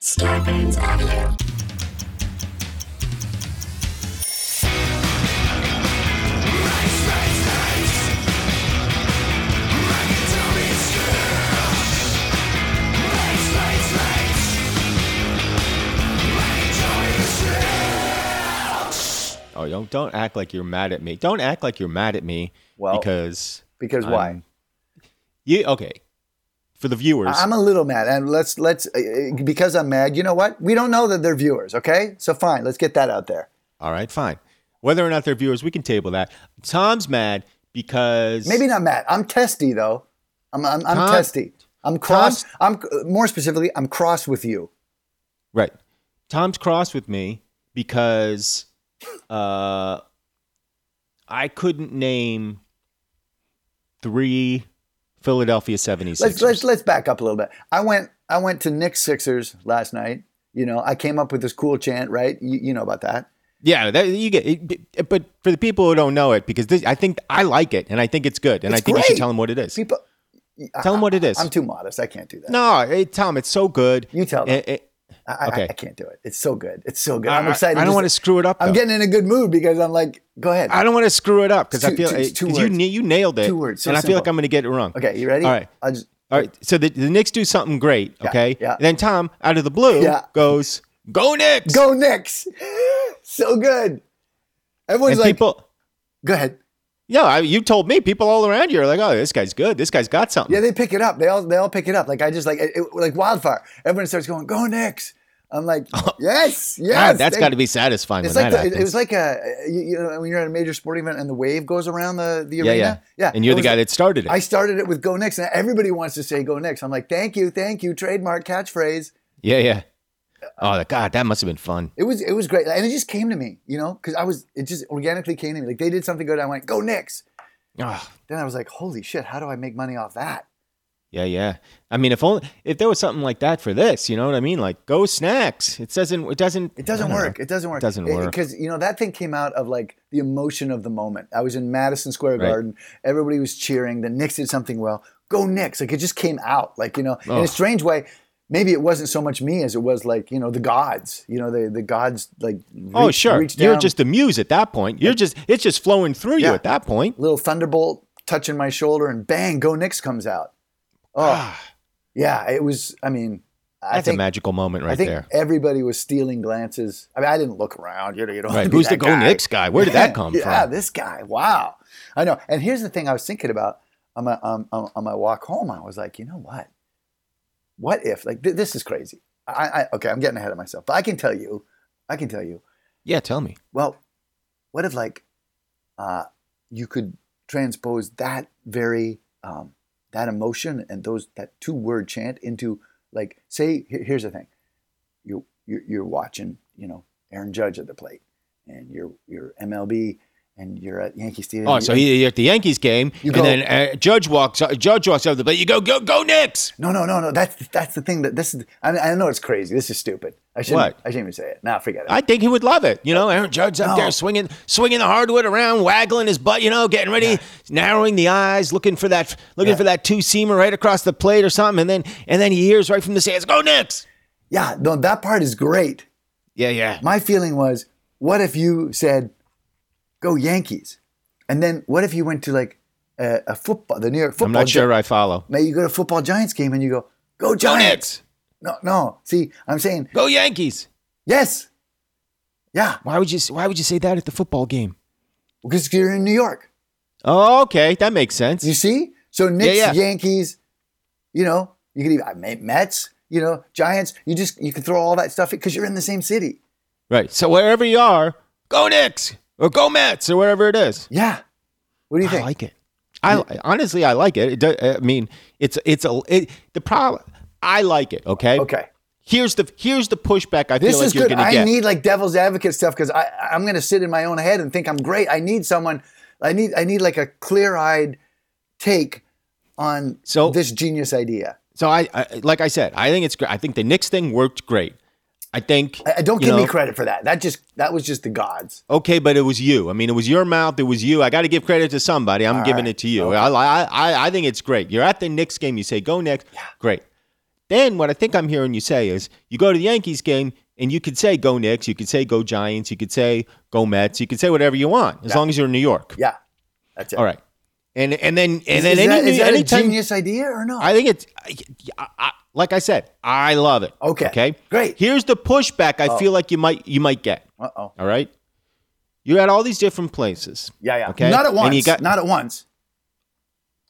Scorpions Audio. Oh, don't don't act like you're mad at me. Don't act like you're mad at me. Well, because Because I'm- why? you okay for the viewers? I'm a little mad, and let's let's uh, uh, because I'm mad. You know what? We don't know that they're viewers. Okay, so fine. Let's get that out there. all right, fine. Whether or not they're viewers, we can table that. Tom's mad because Maybe not mad. I'm testy though. I'm I'm, I'm Tom- testy. I'm cross. Tom- I'm uh, more specifically, I'm cross with you. right. Tom's cross with me because uh, I couldn't name three Philadelphia 76ers. Let's let's let's back up a little bit. I went I went to Knicks Sixers last night. You know, I came up with this cool chant, right? You, you know about that. Yeah, that, you get. It, but for the people who don't know it, because this, I think I like it and I think it's good, and It's I think you should great. tell them what it is. People, tell them what it is. I'm too modest. I can't do that. no, hey, Tom, it's so good. You tell them. Eh, eh, I, I, okay. I can't do it. It's so good. It's so good. I- I'm I- excited. I don't Just- want to screw it up. I'm though. getting in a good mood because I'm like, go ahead. I don't want to screw it up because I Two- feel two- it- two 'cause you words. na- you nailed it, Two words, so and I feel simple. like I'm going to get it wrong. Okay, you ready? All right. I just All right. So the, the Knicks do something great. Okay. yeah. Then Tom, out of the blue, Yeah. goes, "Go Knicks!" go Knicks. so good. Everyone's And like, people, go ahead. yeah, I, you told me people all around you are like, "Oh, this guy's good. This guy's got something." Yeah, they pick it up. They all they all pick it up. Like I just like it, it- like wildfire. Everyone starts going, go Knicks. I'm like, yes, yes. God, that's They- got to be satisfying It's when like that the, it- happens. it was like a you, you know when you're at a major sporting event and the wave goes around the the yeah, arena. yeah, yeah. And you're it the was guy like- that started it. I started it with go Knicks, and everybody wants to say go Knicks. I'm like, thank you, thank you, trademark catchphrase. yeah, yeah. Oh, God, that must have been fun. It was it was great, and it just came to me, you know, because I was it just organically came to me. Like they did something good, I went go Knicks. Oh, Then I was like, holy shit, how do I make money off that? yeah, yeah. I mean, if only if there was something like that for this, you know what I mean? Like, go snacks. It doesn't. It doesn't. It doesn't I don't know. work. It doesn't work. Doesn't work. because you know that thing came out of like the emotion of the moment. I was in Madison Square Right. Garden. Everybody was cheering. The Knicks did something well. Go Knicks! Like it just came out. Like you know, in Oh. a strange way. Maybe it wasn't so much me as it was like you know the gods. You know the the gods like Oh, reached- sure. reached You're down. just the muse at that point. You're just it's just flowing through you Yeah. at that point. little thunderbolt touching my shoulder and bang go Knicks comes out oh yeah it was i mean i Ah. That's think a magical moment right i think there. everybody was stealing glances i mean i didn't look around you know you don't Right. want to Who's be the that Go guy. Knicks guy? Where did that come yeah from? this guy wow i know and here's the thing i was thinking about on my um, on on my walk home i was like you know what what if like th- this is crazy I, I okay i'm getting ahead of myself but i can tell you i can tell you Yeah, tell me. well, what if like uh, you could transpose that very um, that emotion and those that two word chant into like say here- here's the thing you you're, you're watching you know Aaron Judge at the plate and you're you're MLB and you're at Yankee Stadium. Oh, so he- you're at the Yankees game, You and go- then uh, Judge walks. Judge walks over the plate. You go, go, go Knicks. No, no, no, no. That's that's the thing that this is. I, I know it's crazy. This is stupid. I shouldn't. What? I shouldn't even say it. Now forget it. I think he would love it. You know, Aaron Judge up No. there swinging, swinging the hardwood around, waggling his butt. You know, getting ready, narrowing the eyes, looking for that, looking Yeah. for that two seamer right across the plate or something, and then and then he hears right from the stands, "Go Knicks." yeah, no, that part is great. Yeah, yeah. My feeling was, what if you said, "Go Yankees," and then what if you went to like a, a football, the New York football? I'm not sure I follow. Maybe you go to a football Giants game and you go, "Go Go Giants!" Knicks. No, no. See, I'm saying Go Yankees. yes, yeah, Why would you? Why would you say that at the football game? because you're in New York. Oh, okay, that makes sense. You see, so Knicks, yeah. Yankees, you know, you could even I mean, Mets, you know, Giants. You just you can throw all that stuff because you're in the same city. right. So wherever you are, go Knicks or go Mets or whatever it is. Yeah. What do you I think? like it. I honestly, I like it. it do, I mean, it's it's a it, the problem. I like it. Okay. okay. Here's the here's the pushback I This feel like is you're good. gonna I get. need like devil's advocate stuff because I I'm gonna sit in my own head and think I'm great. I need someone. I need I need like a clear eyed take on So- this genius idea. so I, I like I said, I think it's great. I think the Knicks thing worked great. I think I, I- don't you give me know, credit for that. That just that was just the gods. Okay, but it was you. I mean, it was your mouth. It was you. I got to give credit to somebody. I'm giving right. it to you. I, I, I, I think it's great. You're at the Knicks game. You say, go Knicks. Great. Then what I think I'm hearing you say is you go to the Yankees game and you could say, go Knicks. You could say, go Giants. You could say, go Mets. You could say whatever you want as long as you're in New York. Yeah, that's it. All right. And, and then, and Is, then is any, that, is that a anytime, genius idea or no? I think it's, I, I, like I said, I love it. Okay. Okay. Great. Oh. Here's the pushback I feel like you might, you might get. uh oh. All right. You're at all these different places. Yeah, yeah. Okay. Not at And once. you got- not at once.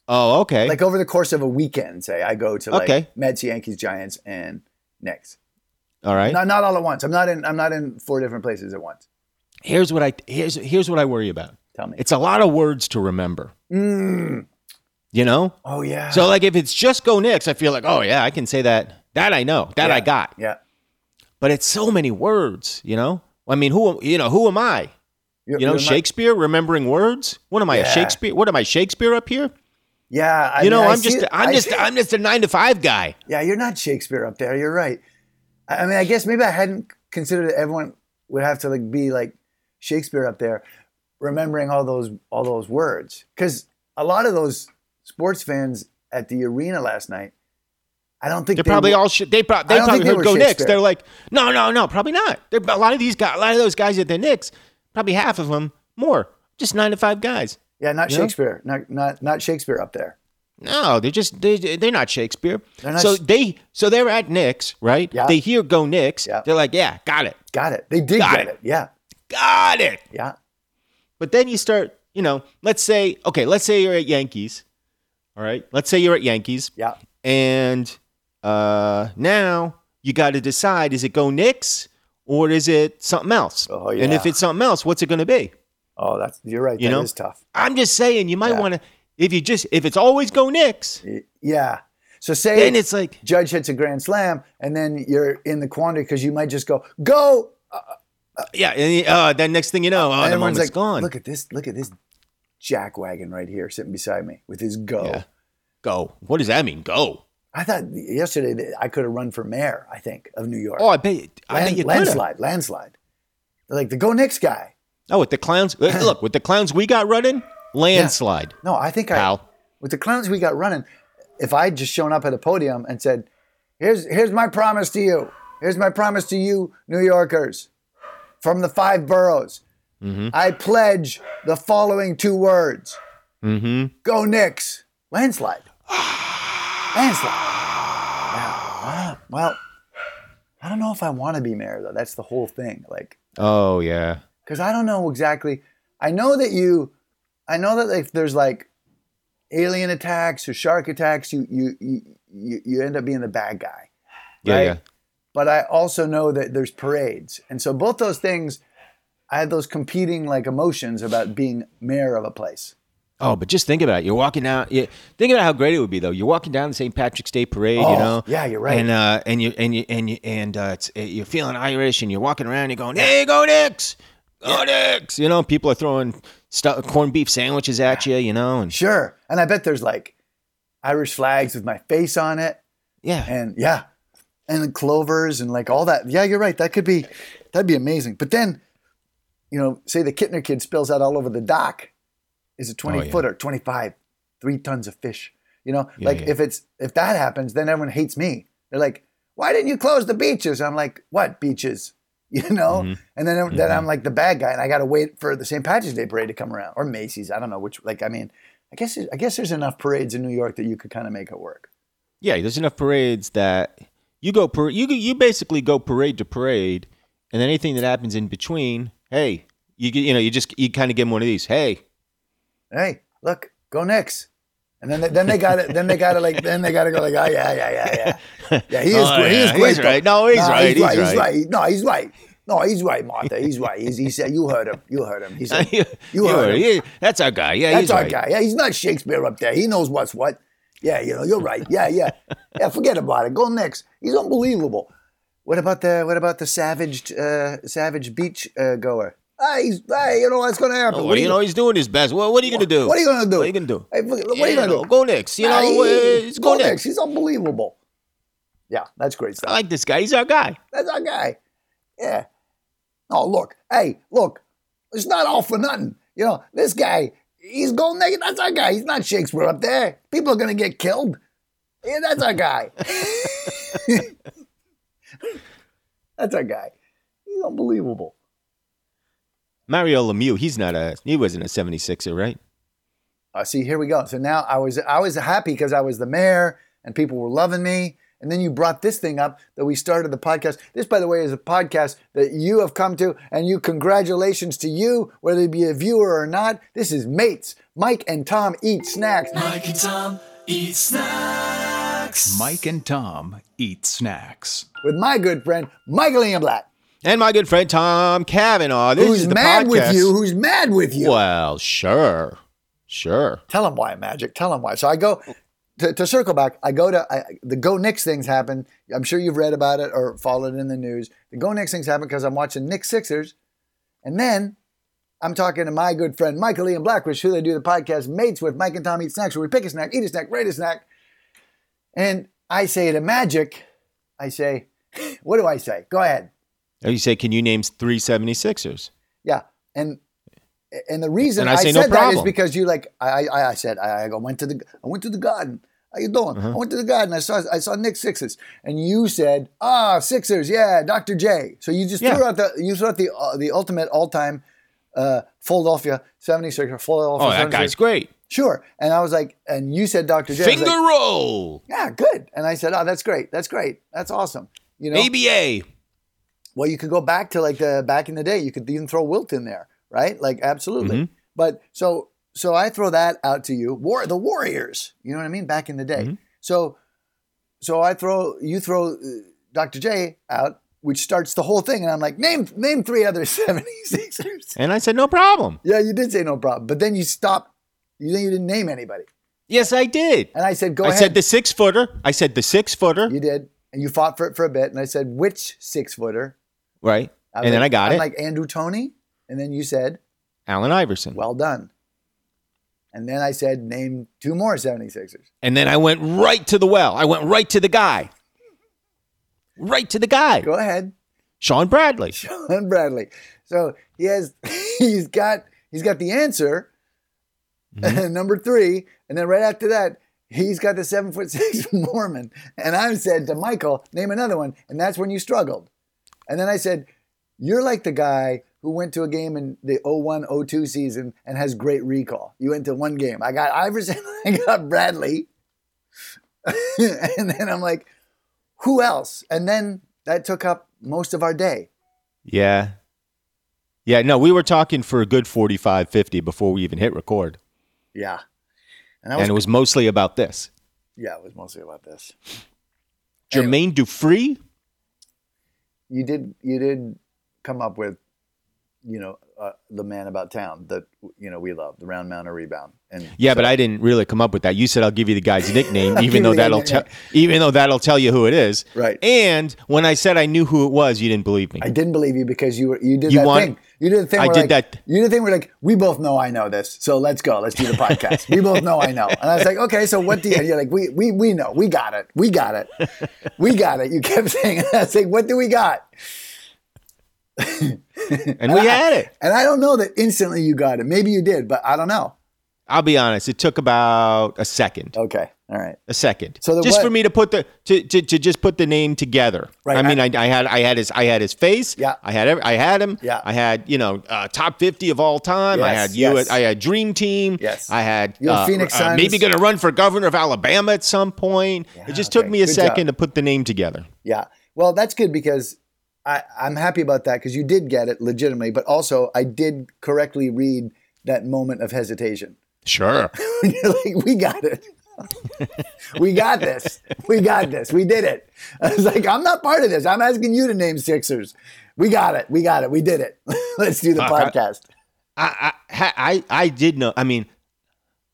Oh, okay. Like over the course of a weekend, say I go to like Okay. Mets, Yankees, Giants, and Knicks. all right. Not not all at once. I'm not in. I'm not in four different places at once. here's what I here's here's what I worry about. Tell me. It's a lot of words to remember. Mm. You know? Oh yeah. So like if it's just go Knicks, I feel like, oh yeah, I can say that. That I know. That I Yeah, got. Yeah. But it's so many words, you know? I mean, who you know, who am I? You know, remember- Shakespeare remembering words? What am I, a Yeah. Shakespeare? What am I, Shakespeare up here? Yeah, I You know, mean, I I'm see just it- I'm I just see it. I'm just a 9 to 5 guy. yeah, you're not Shakespeare up there. You're right. I I mean, I guess maybe I hadn't considered that everyone would have to like be like Shakespeare up there, remembering all those all those words. Because a lot of those sports fans at the arena last night, I don't think They're they probably were- all shit. They, pro- I they don't probably think they heard were go Knicks. Shakespeare. They're like, no, no, no, probably not. They're, a lot of these guys, a lot of those guys at the Knicks, probably half of them, more, just nine to five guys. Yeah, not Yeah. Shakespeare. Not not not Shakespeare up there. No, they're just they they're not Shakespeare. They're not so sh- they so they're at Knicks, right? Yeah. They hear go Knicks. Yeah. They're like, yeah, got it, Got it. They did Got get it. it. Yeah. got it. Yeah. But then you start, you know, let's say okay, let's say you're at Yankees, all right. Let's say you're at Yankees, Yeah. and uh, now you got to decide: is it go Knicks or is it something else? Oh, And yeah. if it's something else, what's it going to be? Oh, that's you're right. That You is know? tough. I'm just saying, you might Yeah. want to if you just if it's always go Knicks, Y- Yeah. So say then it's like Judge hits a grand slam, and then you're in the quandary because you might just go go, yeah, and, uh, then next thing you know, oh, and the everyone's moment's like, gone. "Look at this! Look at this jack wagon right here sitting beside me with his go." Yeah. Go. What does that mean? Go. I thought yesterday that I could have run for mayor. I think of New York. Oh, I bet. I Land- bet you could. landslide, landslide. They're like the go Knicks guy. Oh, with the clowns. Look, with the clowns we got running, landslide, No, I think I pal. with the clowns we got running. If I had just shown up at a podium and said, "Here's here's my promise to you. Here's my promise to you, New Yorkers, from the five boroughs." I pledge the following two words. Mm-hmm. Go Knicks. Landslide. Landslide. Yeah. Wow. Well, I don't know if I want to be mayor though. That's the whole thing. Like, Oh yeah. because I don't know exactly. I know that you, I know that if there's like alien attacks or shark attacks, you you you you, you end up being the bad guy. Yeah, Right? yeah. But I also know that there's parades, and so both those things, I had those competing like emotions about being mayor of a place. Oh, but just think about it. You're walking down. You, think about how great it would be, though. You're walking down the St. Patrick's Day parade. Oh, you know. yeah, you're right. And uh, and you and you and you and uh, it's, uh, you're feeling Irish, and you're walking around. You're going, "Hey, go Knicks, go Knicks!" You know, people are throwing stu corned beef sandwiches at you. You know, and Sure. And I bet there's like Irish flags with my face on it yeah, and yeah. And the clovers and like all that. Yeah, you're right. That could be that'd be amazing. But then, you know, say the Kittner kid spills out all over the dock is a 20 Oh, yeah. footer, 25, three tons of fish. You know, Yeah, like yeah. if it's if that happens, then everyone hates me. They're like, why didn't you close the beaches? I'm like, what beaches? You know? Mm-hmm. And then, then I'm like the bad guy and I gotta wait for the St. Patrick's Day parade to come around. Or Macy's. I don't know which like I mean, I guess I guess there's enough parades in New York that you could kind of make it work. yeah. There's enough parades that you go par- you go- you basically go parade to parade, and then anything that happens in between, hey, you get- you know, you just you kind of give them one of these, hey, hey, look, go Knicks. And then they, then they got it. Then they got to like. Then they got to go like, oh yeah, yeah, yeah, yeah. Yeah, he is. Oh, great. he is yeah, great. he's though. right. No, he's right, he's He's right. right. He- No, he's right. No, he's right, Martha. He's right. He's, he said, you heard him. You heard him. He said, you, you heard are- him. you- that's our guy. Yeah, That's he's our right. guy. Yeah, he's not Shakespeare up there. He knows what's what. Yeah, you know, you're right. Yeah, yeah. Yeah, forget about it. Go Knicks. He's unbelievable. What about the what about the savage uh, savage beach uh, goer? Hey, he's, hey, you know what's going to happen? Oh, well, you know, he's doing his best. Well, what are you going to do? What are you gonna do? What are you going to do? Hey, look, what are Yeah, you going to no, do? Go next. You Nah, know, he- it's go next. He's unbelievable. Yeah, that's great I stuff. like this guy. He's our guy. That's our guy. Yeah. Oh, look. Hey, look. It's not all for nothing. You know, this guy, he's going naked. That's our guy. He's not Shakespeare up there. People are going to get killed. Yeah, that's our guy. that's our guy. He's unbelievable. Mario Lemieux, he's not a, he wasn't a 76er, right? Uh, see, here we go. So now I was I was happy because I was the mayor and people were loving me. And then you brought this thing up that we started the podcast. This, by the way, is a podcast that you have come to, and you congratulations to you, whether you be a viewer or not. This is mates. Mike and Tom eat snacks. Mike and Tom eat snacks. Mike and Tom eat snacks. with my good friend Michael Ianblatt, And my good friend Tom Cavanaugh. This who's is the mad podcast. with you, who's mad with you. Well, sure. Sure. tell him why magic tell him why so i go to, to circle back i go to I, the go Knicks things happen i'm sure you've read about it or followed it in the news the go Knicks things happen because i'm watching Knicks sixers and then i'm talking to my good friend michael ian blackwish who they do the podcast mates with mike and tom eat snacks where we pick a snack eat a snack rate a snack and i say to magic i say what do i say go ahead And Oh, you say, can you name three 76ers? Yeah, and and the And reason I, I say said no that is problem. because you like I I, I said I, I went to the I went to the garden. How you doing? Uh-huh. I went to the garden. I saw I saw Nick Sixers, and you said ah Sixers, yeah, Dr. J. So you just threw Yeah. out the you threw out the uh, the ultimate all time. Uh, Philadelphia 76er, Philadelphia. Oh, that 76ers. guy's great. Sure. And I was like, and you said Dr. J. I was Finger like, roll. yeah, good. And I said, oh, that's great. That's great. That's awesome. You know, ABA. well, you could go back to like the back in the day. You could even throw Wilt in there, right? Like absolutely. Mm-hmm. But so so I throw that out to you. War the Warriors. You know what I mean? Back in the Mm-hmm. day. So so I throw you throw uh, Dr. J out, which starts the whole thing, and I'm like, name name three other 76ers. And I said, no problem. yeah, you did say no problem, but then you stopped. You then you didn't name anybody, Yes, I did. and I said, go I ahead. said the six footer. I said the six footer. you did, and you fought for it for a bit, and I said, which six footer? Right. And then I got I'm it. like Andrew Tony, and then you said. Allen Iverson. Well done. And then I said, name two more 76ers. and then I went right to the well. I went right to the guy. Right to the guy. Go ahead, Sean Bradley. John Bradley. So he has, he's got, he's got the answer. number three, and then right after that, he's got the seven foot six Mormon. And I said to Michael, name another one, and that's when you struggled. And then I said, you're like the guy who went to a game in the 01-02 season and has great recall. You went to one game. I got Iverson, I got Bradley. and then I'm like, who else? And then that took up most of our day. Yeah. Yeah, no, we were talking for a good 45, 50 before we even hit record. Yeah. And I was, And it was mostly about this. yeah, it was mostly about this. Jermaine Dufree? you did you did come up with you know uh, the man about town that you know we love the round mound or rebound and Yeah, but I didn't really come up with that. You said I'll give you the guy's nickname, give even you though the that'll nickname. tell even though that'll tell you who it is. Right. And when I said I knew who it was, you didn't believe me. I didn't believe you because you were you did You that want- thing you did the thing I where did like, that- you did the thing where like we both know I know this so let's go let's do the podcast we both know I know and I was like okay so what do you and you're like we we we know we got it we got it we got it you kept saying I was like what do we got and we had it. and I don't know that instantly you got it maybe you did but I don't know I'll be honest, it took about a second. okay all right a second. So So the just what- for me to put the to, to, to just put the name together. Right, I mean, I, I had I had his I had his face. Yeah. I had every, I had him. Yeah. I had you know uh, top fifty of all time. I Yes, had you. yes. I had Dream Team. Yes. I had You had Phoenix uh, Suns. maybe going to run for governor of Alabama at some point. it just took okay. me a Good job. second to put the name together. Yeah. Well, that's good because I, I'm happy about that because you did get it legitimately, but also I did correctly read that moment of hesitation. Sure. You're like, we got it. we got this. We got this. We did it. I was like, I'm not part of this. I'm asking you to name Sixers. We got it. We got it. We did it. Let's do the Fuck, I- podcast. I, I ha- I I did know. I mean,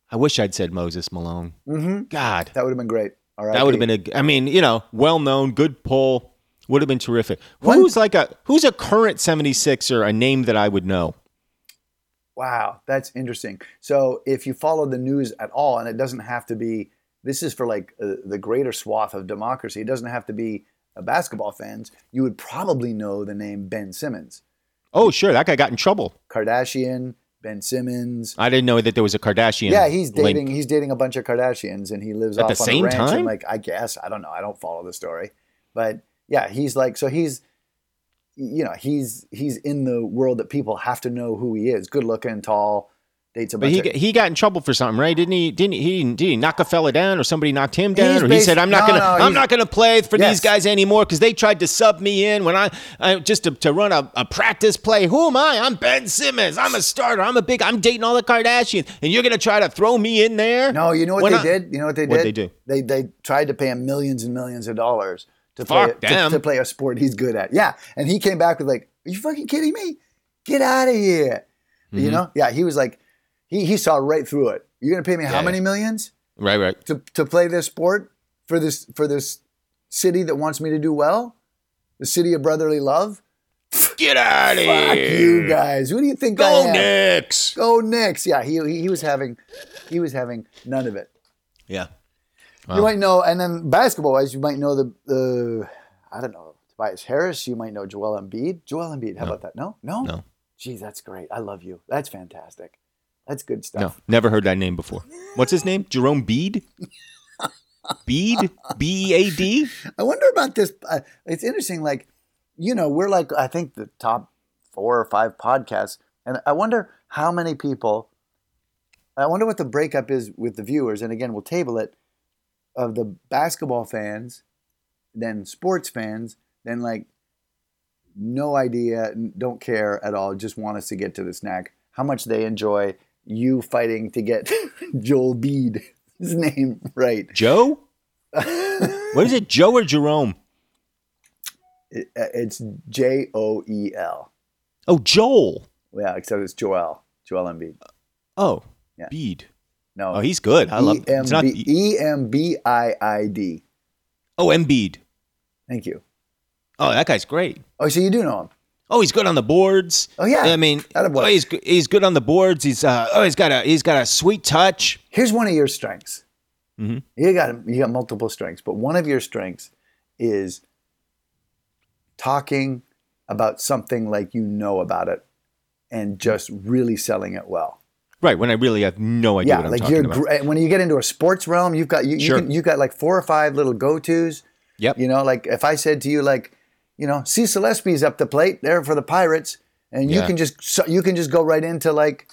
I wish I'd said Moses Malone. Mm-hmm. God, That would have been great. All right. that would have been a. I mean, you know, well known, good pull. Would have been terrific. One- Who's like a who's a current 76er, a name that I would know? Wow, that's interesting. So if you follow the news at all, and it doesn't have to be, this is for like uh, the greater swath of democracy. It doesn't have to be uh, basketball fans. You would probably know the name Ben Simmons, Oh, sure, that guy got in trouble. Kardashian, Ben Simmons. I didn't know that there was a Kardashian. Yeah, he's link. dating. He's dating a bunch of Kardashians, and he lives At off the on same a ranch. and, time? like I guess I don't know. I don't follow the story, but yeah, he's like so he's, you know, he's he's in the world that people have to know who he is. Good looking, tall, dates a But bunch he of got- he got in trouble for something, right? Didn't he? Didn't he? Didn't he knock a fella down, or somebody knocked him down, He's or he basi- said, "I'm not no, gonna, no, I'm he's- not gonna play for these Yes. guys anymore because they tried to sub me in when I, I just to, to run a, a practice play. Who am I? I'm Ben Simmons. I'm a starter. I'm a big. I'm dating all the Kardashians, and you're gonna try to throw me in there? No, you know what When they I- did? You know what they did? What'd they do? They they tried to pay him millions and millions of dollars to Fuck play to, them. to play a sport he's good at. Yeah, and he came back with like, "Are you fucking kidding me? Get out of here!" Mm-hmm. You know? Yeah, he was like, he he saw right through it. You're gonna pay me how Yeah. many millions Right, right. to to play this sport for this for this city that wants me to do well, the city of brotherly love? Get out of Fuck here. you guys! Who do you think I Go am? Knicks. Go Knicks! Yeah, he, he he was having he was having none of it. Yeah. You might know, and then basketball wise, you might know the the I don't know Tobias Harris. You might know Joel Embiid. Joel Embiid. How about that? No, no, No. Geez, that's great. I love you. That's fantastic. That's good No, stuff. never heard that name before. What's his name? Jerome Bede. Bede. B E A D. I wonder about this. Uh, it's interesting. Like, you know, we're like I think the top four or five podcasts, and I wonder how many people. I wonder what the breakup is with the viewers, and again, we'll table it of the basketball fans, then sports fans, then like no idea, n- don't care at all, just want us to get to the snack. How much they enjoy you fighting to get Joel Bede his name right. Joe. What is it? Joe or Jerome? It- uh, it's J O E L. Oh, Joel. Yeah, except it's Joel. Joel Embiid. Oh, Yeah. E Bede. No. Oh, he's good. I love. It's not. E- E-M-B- E E-M-B-I-I-D. Oh, Embiid. Thank you. Oh, that guy's great. Oh, so you do know him. Oh, he's good on the boards. Oh, yeah. I mean, Attaboy. oh, he's go- he's good on the boards. He's uh, oh, he's got a he's got a sweet touch. Here's one of your strengths. Mhm. You got you got multiple strengths, but one of your strengths is talking about something like you know about it and just really selling it well. Right. When I really have no idea yeah, what I'm like talking you're about. gr- when you get into a sports realm, you've got you, Sure. you can, you've got like four or five little go tos. Yep. You know, like if I said to you, like, you know, C. Gillespie's up the plate there for the Pirates, and you Yeah. can just so you can just go right into like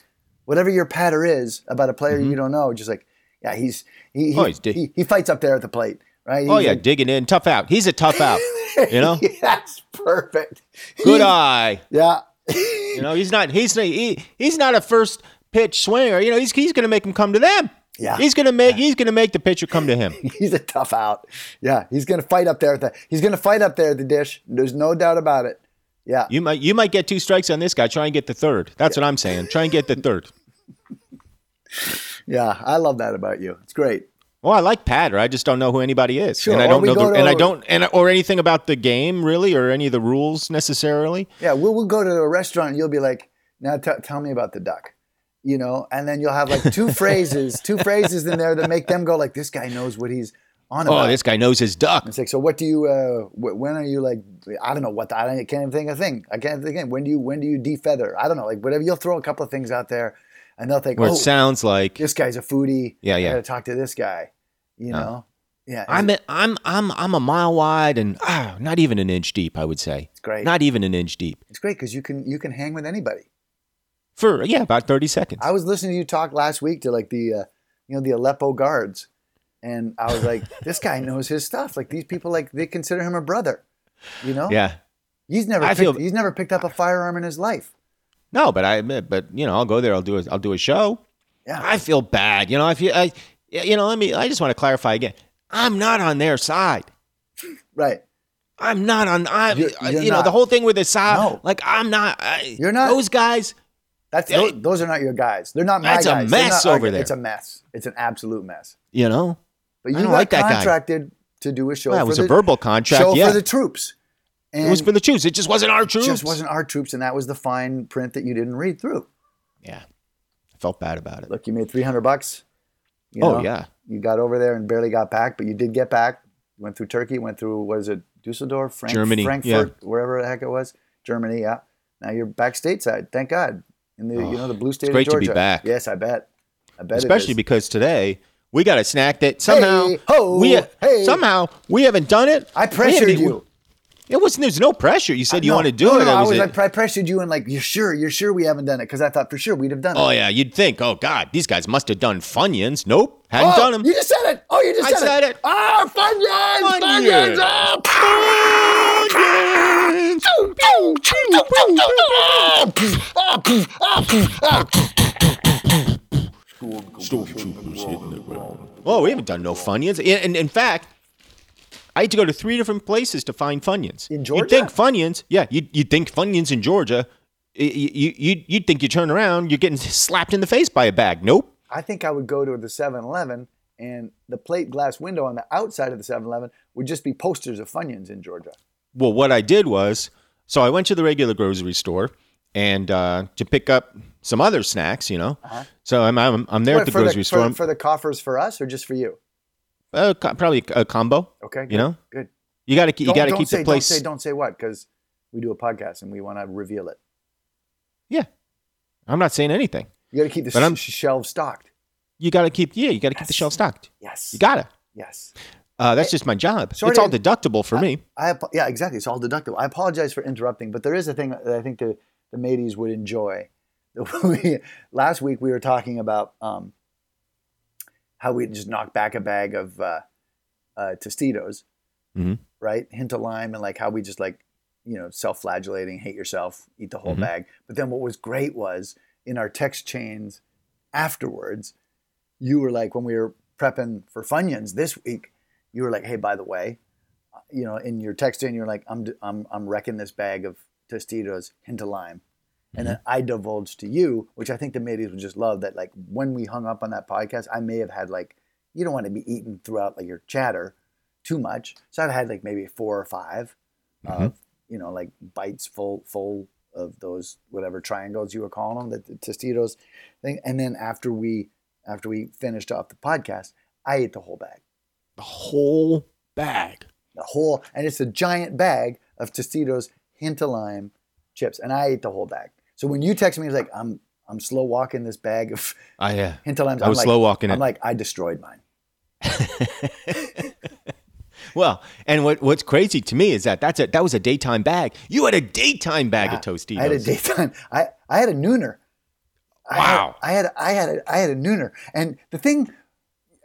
whatever your patter is about a player you don't know, just like, yeah, he's he he, Mm-hmm. Oh, he's di- he, he fights up there at the plate, right? oh He's yeah, like- digging in, tough out. He's a tough out. You know, that's perfect. good eye. Yeah, You know, he's not he's not, he, he's not a first pitch swinger. You know, he's he's going to make him come to them. Yeah. He's going to make he's going to make the pitcher come to him. he's a tough out. Yeah, he's gonna fight up there at the he's gonna fight up there at the dish. There's no doubt about it. Yeah, You might you might get two strikes on this guy. Try and get the third. That's what I'm saying. Try and get the third. yeah, I love that about you. It's great. Well, I like Patter. I just don't know who anybody is, Sure, and I or don't we know the, go to- and I don't and or anything about the game really, or any of the rules necessarily. Yeah, we'll, we'll go to a restaurant and you'll be like, now t- tell me about the duck, you know? And then you'll have like two phrases, two phrases in there that make them go like, this guy knows what he's on Oh, about. this guy knows his duck. It's like, so what do you, uh, wh- when are you like, I don't know what, the, I don't- I can't even think of a thing. I can't think of, when do you, when do you defeather? I don't know, like whatever, you'll throw a couple of things out there and they'll think, Where oh, it sounds like this guy's a foodie. Yeah, I yeah. gotta talk to this guy, you know? Yeah, I'm it's, a, I'm I'm I'm a mile wide and ah, not even an inch deep. I would say it's great. not even an inch deep it's great because you can, you can hang with anybody. for yeah about thirty seconds. I was listening to you talk last week to like the, uh, you know, the Aleppo guards, and I was like, this guy knows his stuff. Like these people, like they consider him a brother. You know, yeah. He's never I picked, feel- he's never picked up a firearm in his life. No, but I but you know I'll go there. I'll do a, I'll do a show. Yeah. I feel bad. You know if you I you know let me I just want to clarify again. I'm not on their side. Right. I'm not on. I You're- uh, you're you know not. the whole thing with the side. No. Like I'm not. I, You're not. Those guys. That's Yeah. those, those are not your guys. They're not my That's a guys. They're not mess our over guys. there. It's a mess. It's an absolute mess. You know. But I you don't got like that guy. contracted to do a show. Well, it for was the, a verbal contract. Show yeah. for the troops. And it was for the troops. It just wasn't our troops. just wasn't our troops, and that was the fine print that you didn't read through. Yeah, I felt bad about it. Look, you made 300 bucks. you oh know. yeah, You got over there and barely got back, but you did get back. Went through Turkey, went through, what is it, Dusseldorf, Frank- Germany, Frankfurt, wherever the heck it was, Germany, yeah. Now you're back stateside, thank God. In the, Oh, you know, the blue state great of to Georgia. be back. Yes, I bet. I bet especially it is. because today we got a snack that somehow Hey, ho, we hey. somehow we haven't done it. I We pressured haven't- you. It was there's no pressure. You said you No, want to do no, it. No, That I was was it. like, I pressured you and like, you're sure, you're sure we haven't done it because I thought for sure we'd have done oh it. yeah, you'd think. Oh God, these guys must have done funyuns. Nope, hadn't done them. Oh, You just said it. Oh, you just I said, said it. Ah, Funyuns, Funyuns. Funyuns. ah, Funyuns. Ah! Choo, choo, choo, choo, choo, choo. Ah, pff, ah, pff, ah, pff, ah, pff. ah, Oh, we haven't done no Funyuns. And, and in fact, I had to go to three different places to find Funyuns. In You'd Georgia? think Funyuns, yeah, you'd, you'd think Funyuns in Georgia. y- y- You, you, you'd think you turn around, you're getting slapped in the face by a bag. Nope. I think I would go to the 7 Eleven and the plate glass window on the outside of the 7 Eleven would just be posters of Funyuns in Georgia. Well, what I did was, so I went to the regular grocery store and uh, to pick up some other snacks, you know. So I'm, I'm, I'm there What, at the Uh-huh. for grocery the, store. For, for the coffers for us or just for you? uh, co- probably a combo. Okay. Good, You know, Good. you got to you Don't- got to don't keep say, the place. Don't say, don't say what because we do a podcast and we want to reveal it. Yeah, I'm not saying anything. You got to keep the But I'm- sh- shelves stocked. You got to keep yeah, you got to keep the Yes. shelf stocked. Yes. You gotta. yes. Uh, that's just my job. sorry it's all to- deductible for me. I apo- yeah, exactly. It's all deductible. I apologize for interrupting, but there is a thing that I think the the mateys would enjoy. We- Last week we were talking about um, how we just knocked back a bag of uh, uh, Tostitos, Mhm. right? Hint of lime and like how we just like you know self-flagellating, hate yourself, eat the whole Mhm. bag. But then what was great was in our text chains afterwards, you were like when we were prepping for Funyuns this week, you were like, hey, by the way, you know, in your text in, you're like, I'm, I'm, I'm wrecking this bag of Tostitos into lime. And then I divulged to you, which I think the mateys would just love that, like, when we hung up on that podcast, I may have had, like, you don't want to be eating throughout, like, your chatter too much. So I've had, like, maybe four or 5 of, you know, like, bites full, full of those, whatever triangles you were calling them, the, the Tostitos thing. And then after we, after we finished off the podcast, I ate the whole bag The whole bag. the whole, and it's a giant bag of Tostitos hint of lime chips, and I ate the whole bag. So when you text me, it's like I'm I'm slow walking this bag of I uh, hint of limes. I was am slow walking I'm it. like I destroyed mine. well, and what what's crazy to me is that that's a that was a daytime bag. You had a daytime bag of Tostitos. I had a daytime. I I had a nooner. Wow. I had I had I had a, I had a nooner, and the thing,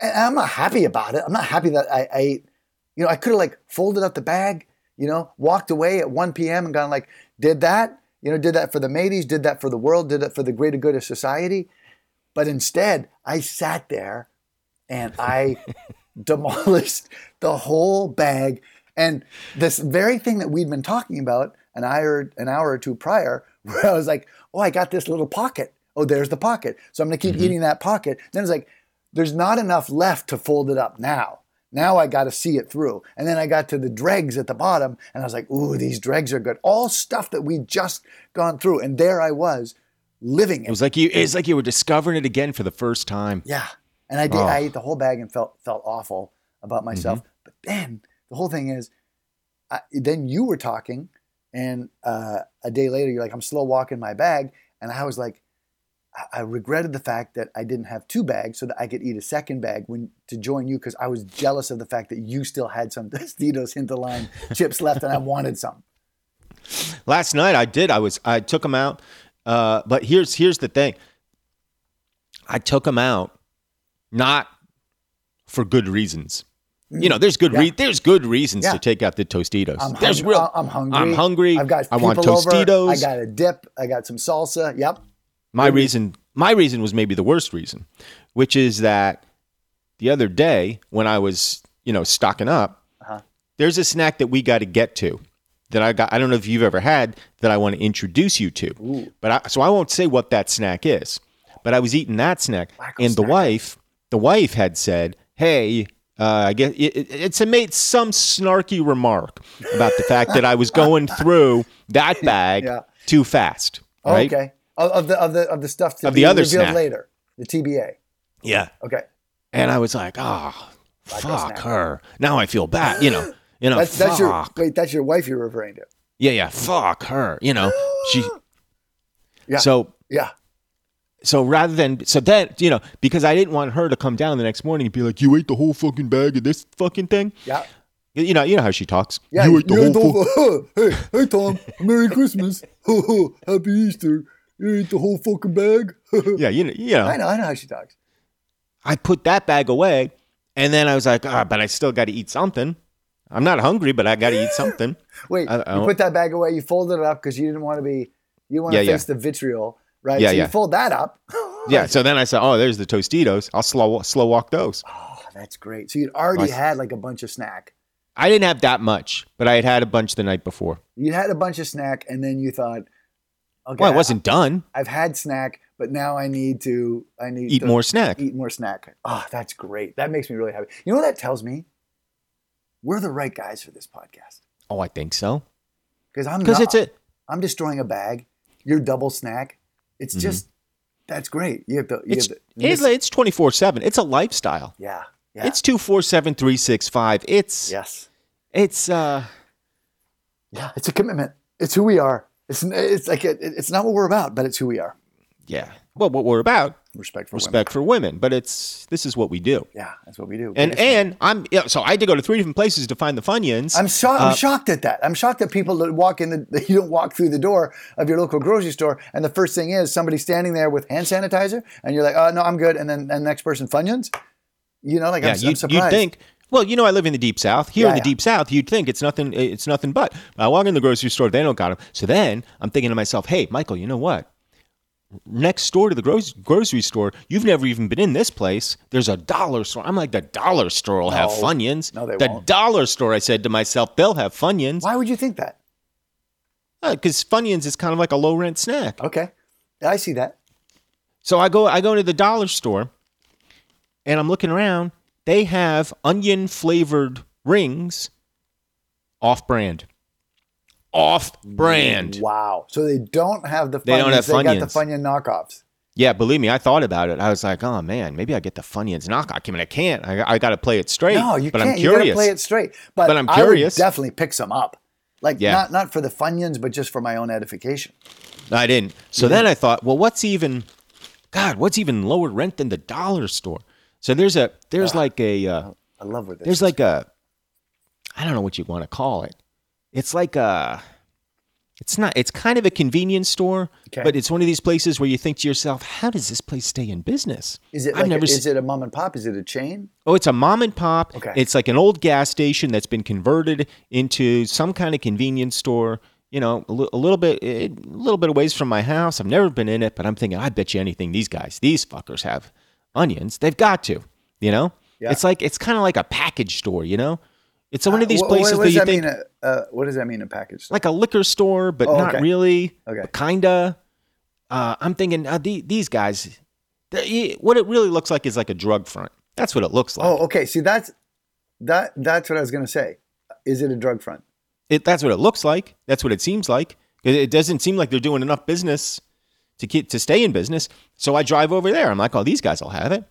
and I'm not happy about it. I'm not happy that I, I ate. You know, I could have like folded up the bag. You know, walked away at 1 p.m. and gone like, did that. You know, did that for the mateys, did that for the world, did that for the greater good of society. But instead, I sat there and I demolished the whole bag. And this very thing that we'd been talking about an hour, an hour or two prior, where I was like, oh, I got this little pocket. Oh, there's the pocket. So I'm going to keep eating that pocket. Then it's like, there's not enough left to fold it up now. Now I got to see it through. And then I got to the dregs at the bottom and I was like, ooh, these dregs are good. All stuff that we just gone through. And there I was living It it. was like you it's like you were discovering it again for the first time. Yeah. And I did. Oh. I ate the whole bag and felt felt awful about Mm-hmm. myself. But then the whole thing is, I, then you were talking, and uh, a day later you're like, "I'm slow walking my bag," and I was like, I- I regretted the fact that I didn't have two bags so that I could eat a second bag when to join you because I was jealous of the fact that you still had some Tostitos hint of lime chips left and I wanted some. Last night I did. I was I took them out. Uh, but here's here's the thing. I took them out not for good reasons. You know, there's good re- there's good reasons Yeah. Um, uh, to take out the Tostitos. I'm there's hungry. real. I'm hungry. I'm hungry. I've got I want people over. Tostitos. I got a dip. I got some salsa. Yep. my reason my reason was maybe the worst reason which is that the other day when i was you know stocking up Uh-huh. there's a snack that we got to get to that i got i don't know if you've ever had that i want to introduce you to but I, so i won't say what that snack is but i was eating that snack and the wife the wife had said hey Uh, I guess it, it, it's it made some snarky remark about the fact that I was going through that bag Yeah. too fast. Oh, Right? Okay. Of, of the of the of the stuff to Of be the other revealed snack. later. The TBA. Yeah. Okay. And I was like, ah, fuck snack. her. Now I feel bad. You know. You know. That's that's your fuck. wait. That's your wife you're referring to. Yeah, yeah. Fuck her. You know. She. Yeah. So Yeah. so rather than so then you know because I didn't want her to come down the next morning and be like, you ate the whole fucking bag of this fucking thing. Yeah. You- You know. You know how she talks. Yeah. You ate the whole. fuck- whole hey, hey, Tom. Merry Christmas. Ho, ho, Happy Easter. You ate the whole fucking bag. yeah. You know. You know. I know. I know how she talks. I put that bag away, and then I was like, ah, but I still got to eat something. I'm not hungry, but I got to eat something. Wait, I- I- you put that bag away. You folded it up because you didn't want to be. You want to Yeah, yeah. face the vitriol, right? Yeah, so yeah. You fold that up. Yeah. So then I said, oh, there's the Tostitos. I'll slow slow walk those. Oh, that's great. So you'd already Nice. had like a bunch of snack. I didn't have that much, but I had had a bunch the night before. You had a bunch of snack, and then you thought, okay, Well, I wasn't done. I've had snack, but now I need to. I need Eat to more snack. Eat more snack. Oh, that's great. That makes me really happy. You know what that tells me? We're the right guys for this podcast Oh, I think so. because I'm Because it's not, a I'm destroying a bag. You're double snack. It's just that's great. You have to. Mm-hmm. You it's have to it's miss- it's twenty four seven. It's a lifestyle. yeah. Yeah. It's two four seven three six five. It's yes. it's uh Yeah. It's a commitment. It's who we are. It's it's like it, it's not what we're about, but it's who we are. yeah. Well, what we're about Respect for women. respect for women, but it's this is what we do. Yeah, that's what we do. And It's- and I'm yeah, so I had to go to three different places to find the Funyuns. I'm shocked. I'm shocked at that. I'm shocked that people that walk in the that you don't walk through the door of your local grocery store, and the first thing is somebody standing there with hand sanitizer, and you're like, "Oh no, I'm good." And then and the next person Funyuns. You know, like I'm, you, I'm surprised. You'd think, well, you know, I live in the deep south. Here Yeah, in the yeah. deep south, you'd think it's nothing. It's nothing but. I walk in the grocery store, they don't got them. So then I'm thinking to myself, hey, Michael, you know what? Next door to the gro- grocery store, you've never even been in this place. There's a dollar store. I'm like, the dollar store will have No. Funyuns. No, they the won't. dollar store, I said to myself, they'll have Funyuns Why would you think that? because Funyuns is kind of like a low rent snack. Okay, I see that. So I go I go to the dollar store and I'm looking around. They have onion flavored rings off brand. Off brand. Wow. So they don't have the. Funyuns. They don't have They got Funyuns. the Funyun knockoffs. Yeah, believe me, I thought about it. I was like, oh man, maybe I get the Funyuns knockoff. I mean, I can't. I, I got to play it straight. No, you but can't. I'm You gotta curious. play it straight. But, But I'm I would curious. definitely pick some up. Like Yeah. not not for the Funyuns, but just for my own edification. I didn't. Mhm. So then I thought, well, what's even, God, what's even lower rent than the dollar store? So there's a there's like a uh, I love where this. there's is. like a i don't know what you want to call it it's like a it's not it's kind of a convenience store Okay. but it's one of these places where you think to yourself how does this place stay in business Is it i've like never a, seen is it a mom and pop? Is it a chain? oh it's a mom and pop Okay. it's like an old gas station that's been converted into some kind of convenience store you know a li- a little bit eh, a little bit of ways from my house i've never been in it but i'm thinking i bet you anything these guys these fuckers have onions they've got to you know Yeah. it's like it's kind of like a package store you know it's one of these Wha- wha- places that what, does you that think mean? A, uh, what does that mean? A package? store? like a liquor store, but Oh, not okay. really. Okay. but kinda. Uh, I'm thinking uh, the, these guys. they- what it really looks like is like a drug front. That's what it looks like. oh, okay. See, that's that. That's what I was gonna say. Is it a drug front? It, that's what it looks like. That's what it seems like. It, it doesn't seem like they're doing enough business to keep to stay in business. So I drive over there. I'm like, oh, these guys will have it.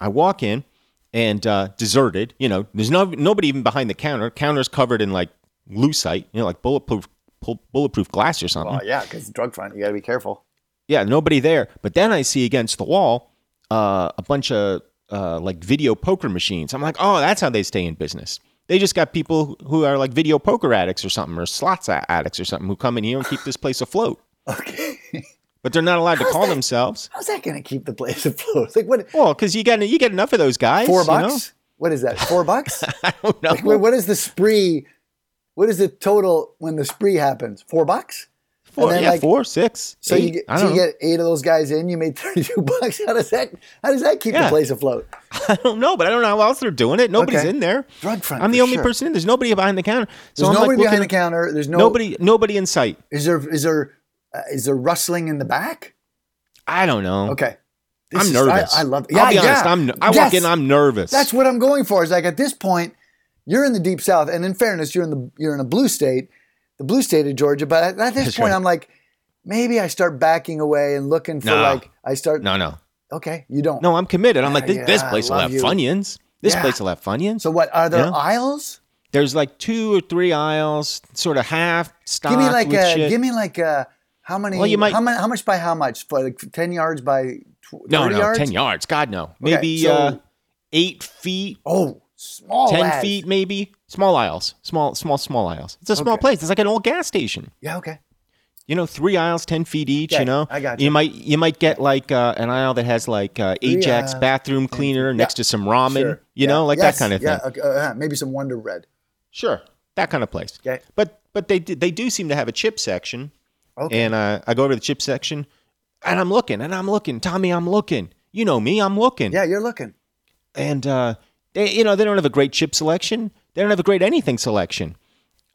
I walk in and uh, deserted. You know, there's no nobody even behind the counter. Counter's covered in like lucite, you know, like bulletproof bull- bulletproof glass or something. Well, yeah, because drug front, you gotta be careful. Yeah, nobody there. But then I see against the wall uh, a bunch of uh, like video poker machines. I'm like, oh, that's how they stay in business. They just got people who are like video poker addicts or something, or slots a- addicts or something, who come in here and keep this place afloat. Okay. But they're not allowed to call themselves. How's that gonna keep the place afloat? Like what? Well, because you got you get enough of those guys. Four you know? bucks? What is that? Four bucks? I don't know. Like, wait, what is the spree? What is the total when the spree happens? Four bucks? four, and then, yeah, like- four, six. So eight, you get I so don't you know. get eight of those guys in, you made thirty-two bucks. How does that? How does that keep Yeah. the place afloat? I don't know, but I don't know how else they're doing it. Nobody's Okay. in there. Drug front, I'm the for only sure. person in. There's nobody behind the counter. So There's I'm nobody like behind the looking- counter. There's no Nobody, nobody in sight. Is there is there uh, is there rustling in the back? I don't know. Okay. This I'm is- I- nervous. I, love. I'll be honest. I'm. I walk Yes! in. I'm nervous. That's what I'm going for. Is like at this point, you're in the deep south, and in fairness, you're in the you're in a blue state, the blue state of Georgia. But at, at this That's point, right. I'm like, maybe I start backing away and looking for No. like I start. no, no, Okay, you don't. no. I'm committed. I'm like this, yeah, this I place will have love you. funyuns. This Yeah. place will have funyuns. So what are there Yeah. aisles? There's like two or three aisles, sort of half stocked Give me like with a. shit. Give me like a. How many? Well, you might- how, many how much by how much? For like ten yards by. Tw- no, 30 no, yards? ten yards. God no. Maybe so- uh, eight feet, Oh, small. ten lads. feet, maybe small aisles. Small, small, small aisles. It's a small Okay. place. It's like an old gas station. Yeah. Okay. You know, three aisles, ten feet each. Okay, you know, I got You you. might you might get like uh, an aisle that has like uh, Ajax aisles, bathroom cleaner next to some ramen. Sure. You Yeah. know, like Yes, that kind of Yeah. thing. Okay, uh, uh, maybe some Wonder Bread. Sure, that kind of place. Okay. But but they do- they do seem to have a chip section, Okay. and uh, I go to the chip section, and I'm looking and I'm looking, Tommy, I'm looking. You know me, I'm looking. yeah, you're looking. And uh, they you know they don't have a great chip selection. They don't have a great anything selection.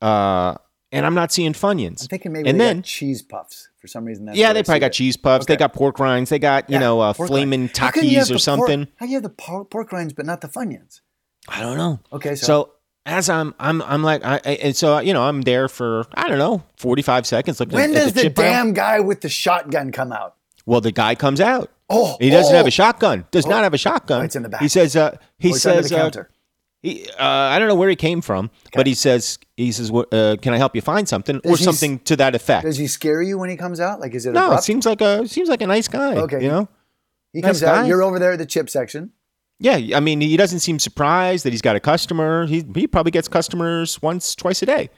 Uh, and I'm not seeing Funyuns. I'm thinking maybe and they then got cheese puffs for some reason. That's yeah, what they I probably see got it. cheese puffs. They Okay. got pork rinds. They got you Yeah, know uh, pork flaming rind. How can you have takis the or pork- something. how do you have the por- pork rinds but not the funyuns? I don't know. Okay, so, So as I'm I'm I'm like I, I- and so you know I'm there for I don't know 45 seconds looking when at, at the does the, chip aisle. damn guy with the shotgun come out? Well, the guy comes out. Oh, He doesn't have oh. a shotgun. Does not have a shotgun. Oh, it's in the back. He says. Uh, he Or it's under says. the Uh, counter. he, uh, I don't know where he came from, but he says. He says, "What- uh, "Can I help you find something or he s- something to that effect?" Does he scare you when he comes out? Like, is it no, it abrupt? seems like a seems like a nice guy. Okay. you know. he comes nice out. guy. You're over there at the chip section. Yeah, I mean, he doesn't seem surprised that he's got a customer. He he probably gets customers once, twice a day.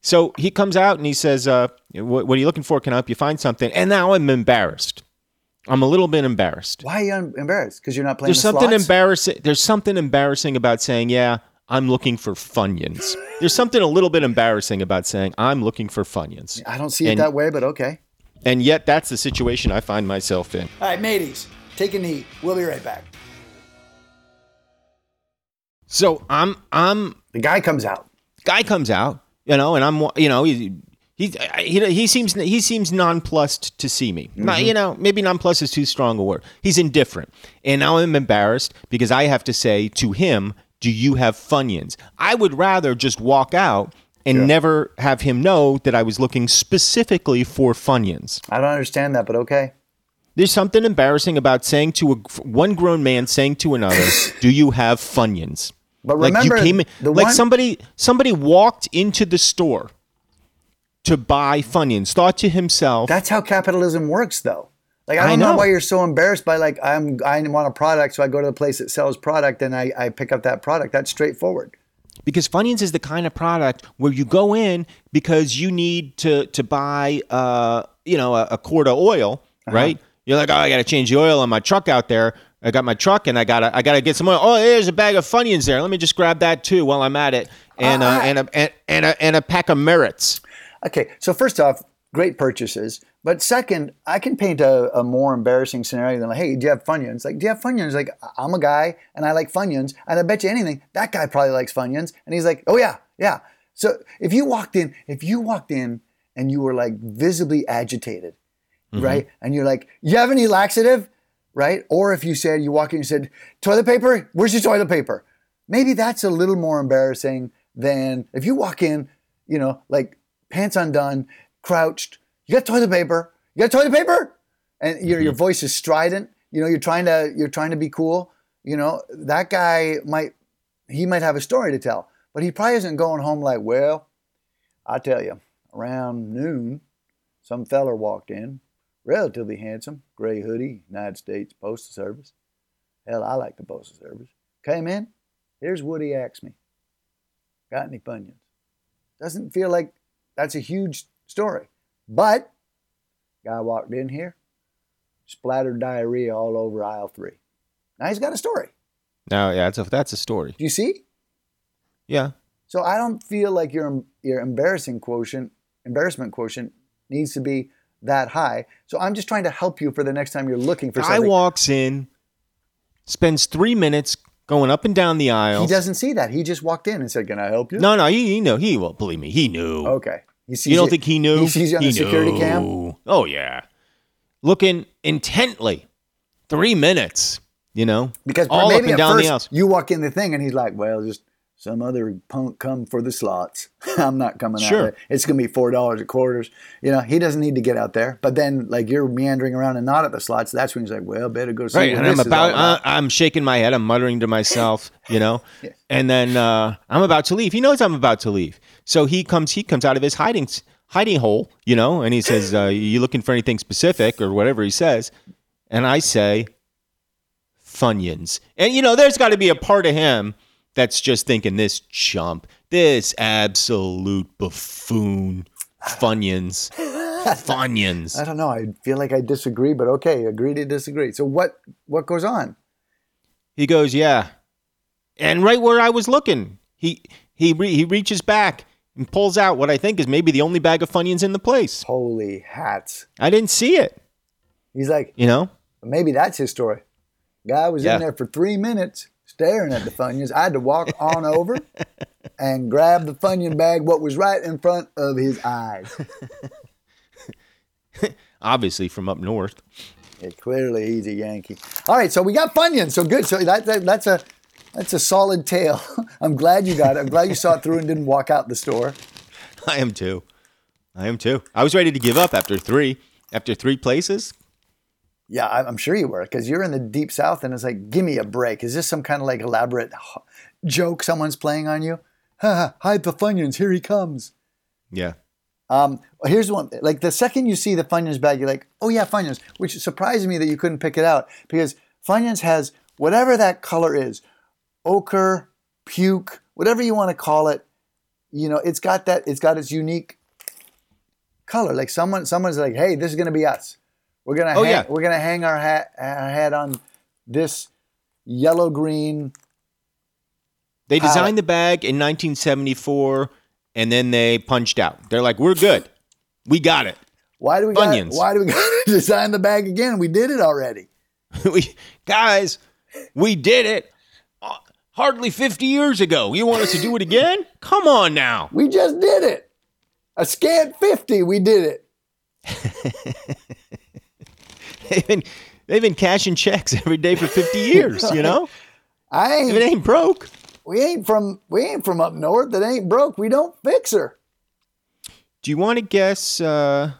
So he comes out and he says, uh, what, "What are you looking for? Can I help you find something?" And now I'm embarrassed. I'm a little bit embarrassed. Why are you un- embarrassed? Because you're not playing. There's the something slots? embarrassing. There's something embarrassing about saying, "Yeah, I'm looking for funyuns." There's something a little bit embarrassing about saying, "I'm looking for funyuns," I don't see it and- that way, but okay. and yet that's the situation I find myself in. All right, mateys, take a knee. We'll be right back. So I'm I'm The guy comes out. guy comes out, you know, and I'm, you know, he he he, he seems he seems nonplussed to see me. Not- you know, maybe nonplussed is too strong a word. He's indifferent, and now I'm embarrassed because I have to say to him, "Do you have funyuns?" I would rather just walk out and never have him know that I was looking specifically for funyuns. I don't understand that, but okay. There's something embarrassing about saying to a, one grown man saying to another, "Do you have funyuns?" But like remember you came in, the like one- somebody somebody walked into the store to buy Funyuns, thought to himself, That's how capitalism works, though. Like I I don't know. know. why you're so embarrassed by like I'm I want a product, so I go to the place that sells product and I, I pick up that product. That's straightforward. because Funyuns is the kind of product where you go in because you need to to buy uh you know a, a quart of oil, Uh-huh. right? You're like, oh, I gotta change the oil on my truck out there. I got my truck and I gotta I gotta get some oil. Oh, there's a bag of Funyuns there. Let me just grab that too while I'm at it, and uh, and a and, and a and a pack of merits. Okay, so first off, great purchases. But second, I can paint a, a more embarrassing scenario than like, hey, do you have Funyuns? Like, do you have Funyuns? Like, I- I'm a guy and I like Funyuns, and I bet you anything that guy probably likes Funyuns, and he's like, oh yeah, yeah. So if you walked in, if you walked in and you were like visibly agitated, right, and you're like, you have any laxative, right? Or if you said you walk in, and you said, toilet paper, where's your toilet paper? Maybe that's a little more embarrassing than if you walk in, you know, like pants undone, crouched. You got toilet paper? You got toilet paper? And your your voice is strident. You know, you're trying to you're trying to be cool. You know, that guy might he might have a story to tell, but he probably isn't going home like, well, I tell you, around noon, some feller walked in, relatively handsome, gray hoodie, United States Postal Service. Hell, I like the Postal Service. Came in, here's what he asked me. Got any funyuns? Doesn't feel like that's a huge story. But guy walked in here, splattered diarrhea all over aisle three. Now he's got a story. No, yeah, that's a that's a story. Do you see? Yeah, So I don't feel like your your embarrassing quotient, embarrassment quotient, needs to be that high. So I'm just trying to help you for the next time you're looking for guy something. walks in, spends three minutes going up and down the aisle. he doesn't see that. He just walked in and said, "Can I help you?" No, no, he, he knew. He well, believe me, he knew. Okay. He sees you don't it- think he knew? He sees you on the security cam. knew. Oh yeah, looking intently, three minutes. You know, Because all maybe up and at down first the house. you walk in the thing and he's like, "Well, just some other punk come for the slots. I'm not coming Sure. out. There. It's gonna be four dollars a quarters. You know, he doesn't need to get out there. But then, like you're meandering around and not at the slots. That's when he's like, "Well, better go see." Right, what and I'm this is about, uh, all about. I, I'm shaking my head, I'm muttering to myself, you know, and then uh, I'm about to leave. He knows I'm about to leave, so he comes, he comes out of his hiding s- hiding hole, you know, and he says, uh, "You looking for anything specific or whatever?" He says, and I say, "Funyuns," and you know, there's got to be a part of him that's just thinking this chump, this absolute buffoon, Funyuns, Funyuns. I don't know. I feel like I disagree, but okay, agree to disagree. So what what goes on? He goes, "Yeah," and right where I was looking, he he re- he reaches back and pulls out what I think is maybe the only bag of Funyuns in the place. Holy hats! I didn't see it, He's like, you know. maybe that's his story. Guy was Yeah. in there for three minutes staring at the Funyuns. I had to walk on over and grab the Funyun bag, what was right in front of his eyes. Obviously from up north. Yeah, clearly he's a Yankee. All right, so we got Funyuns. So good. So that, that that's a that's a solid tale. I'm glad you got it. I'm glad you saw it through and didn't walk out the store. I am too. I am too. I was ready to give up after three. After three places, Yeah, I- I'm sure you were because you're in the deep south and it's like, give me a break. Is this some kind of like elaborate h- joke someone's playing on you? Ha, ha, hide the Funyuns. Here he comes. yeah. Um, here's one. Like the second you see the Funyuns bag, you're like, oh yeah, Funyuns, which surprised me that you couldn't pick it out because Funyuns has whatever that color is, ochre, puke, whatever you want to call it. You know, it's got that. It's got its unique color. Like someone, someone's like, hey, this is gonna be us. We're gonna, Oh, hang, yeah. we're gonna hang our hat, our hat on this yellow green. They Palette. designed the bag in 1974, and then they punched out. They're like, "We're good. We got it. Why do we got? Funyuns. Why do we got to design the bag again? We did it already. we guys, we did it." uh, Hardly 50 years ago. You want us to do it again? Come on now. We just did it. A scant 50, we did it. they've been they've been cashing checks every day for 50 years you know I if it ain't, ain't broke we ain't from we ain't from up north that ain't broke. We don't fix her. do you want to guess uh,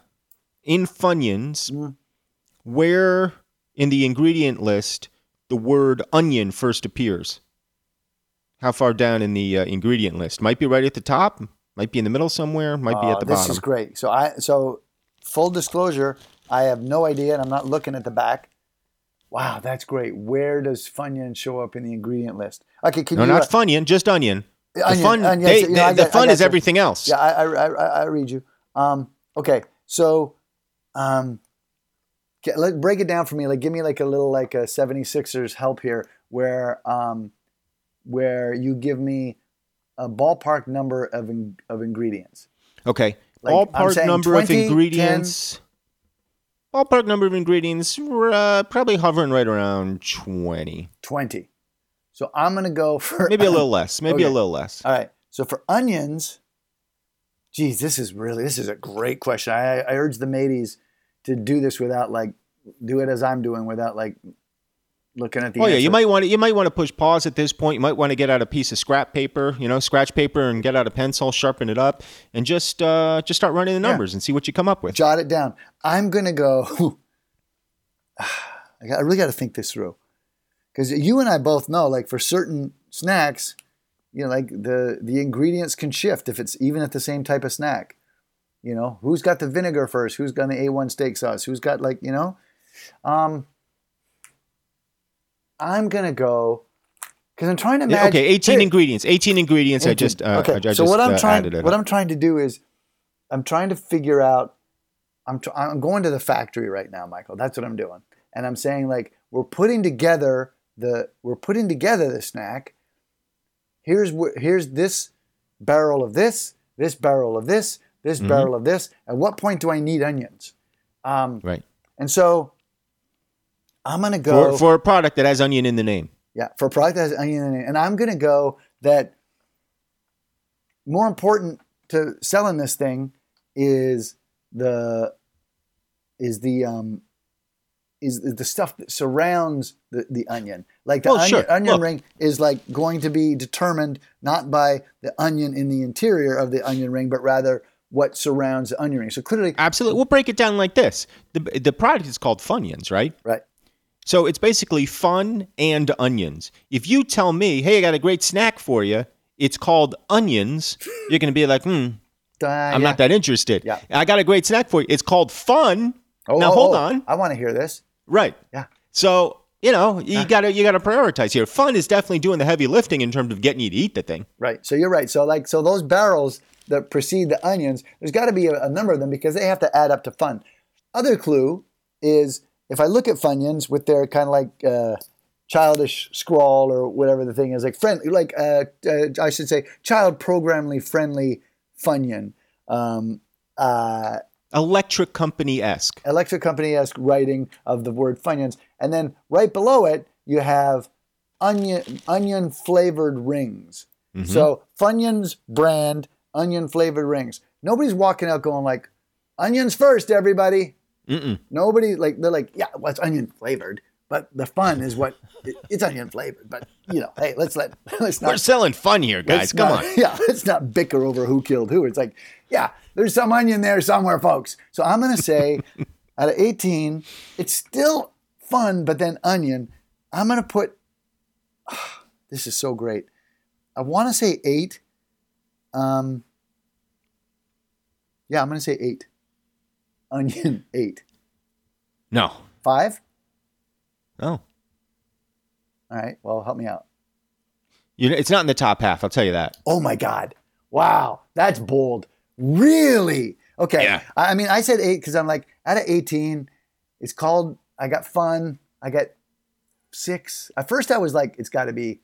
in funyuns where in the ingredient list the word onion first appears how far down in the uh, ingredient list might be right at the top might be in the middle somewhere might be Uh, at the this bottom is great. So I so full disclosure, I have no idea and I'm not looking at the back. Wow, that's great. Where does Funyun show up in the ingredient list? Okay, can no you not uh, funyun just onion the Onion, fun, onion, they- so, you know, they- I the got- I fun got is you. everything else Yeah, I, I, I, I- I read you. Um, okay, so um, get, let break it down for me. Like, give me like a little like a 76ers help here, where um, where you give me a ballpark number of in, of ingredients. Okay. Like, I'm ballpark saying number of 20, 10. ingredients. Ballpark number of ingredients, uh, probably hovering right around 20. Twenty. So I'm gonna go for Maybe a little less. Maybe a Okay. little less. All right. So for onions, geez, this is really this is a great question. I, I urge the mateys to do this without like do it as I'm doing without like looking at the. Oh yeah, answer. you might want to you might want to push pause at this point. You might want to get out a piece of scrap paper, you know, scratch paper, and get out a pencil, sharpen it up, and just uh, just start running the numbers and see what you come up with. jot it down. I'm gonna go. I got- I really got to think this through, because you and I both know, like for certain snacks, you know, like the the ingredients can shift if it's even at the same type of snack. You know, who's got the vinegar first? Who's got the A1 steak sauce? Who's got like you know? Um, I'm gonna go because I'm trying to Yeah, imagine. okay, 18 Here- ingredients. 18 ingredients. I just uh, okay. I, I so just, what I'm uh, trying added it what up. I'm trying to do is I'm trying to figure out I'm tr- I'm going to the factory right now, Michael. That's what I'm doing. And I'm saying like we're putting together the we're putting together the snack. Here's wh- here's this barrel of this, this barrel of this, this Mm-hmm. barrel of this. At what point do I need onions? Um, right and so I'm gonna go for, for a product that has onion in the name. yeah, for a product that has onion in it. And I'm going to go that more important to selling this thing is the is the um is the, the stuff that surrounds the, the onion. Like the Well, onion, sure. onion Look. ring is like going to be determined not by the onion in the interior of the onion ring, but rather what surrounds the onion ring. So clearly, Absolutely. We'll break it down like this. The the product is called Funyuns, right? right? So it's basically fun and onions. If you tell me, "Hey, I got a great snack for you," it's called onions. You're going to be like, "Hmm, I'm not that interested." Yeah. I got a great snack for you. It's called fun. now hold on. Oh, I want to hear this. Right. Yeah. So you know you gotta you gotta prioritize here. Fun is definitely doing the heavy lifting in terms of getting you to eat the thing. Right. So you're right. So like so those barrels that precede the onions, there's got to be a, a number of them because they have to add up to fun. Other clue is if I look at Funyuns with their kind of like uh, childish scrawl or whatever the thing is, like friendly, like uh, uh, I should say, child programmingly friendly Funyun. Um, uh, Electric company esque. Electric Company esque writing of the word Funyuns. And then right below it, you have onion onion flavored rings. So Funyuns brand, onion flavored rings. Nobody's walking out going like, onions first, everybody. Mm-mm. Nobody like they're like, yeah, well, it's onion flavored, but the fun is what it- it's onion flavored. But you know, hey, let's let let's We're not selling fun here, guys. let's Come not- on. Yeah, let's not bicker over who killed who. It's like, yeah, there's some onion there somewhere, folks. So I'm going to say out of 18, it's still fun, but then onion. I'm going to put, this is so great. I want to say eight. Um, yeah, I'm going to say eight. Onion, eight. No. Five? Oh. All right, well, help me out. You know, it's not in the top half. I'll tell you that. Oh my God. Wow. That's bold. Really? Okay. Yeah. I I mean, I said eight because I'm like, out of 18, it's called, I got fun. I got six. At first, I was like, it's got to be,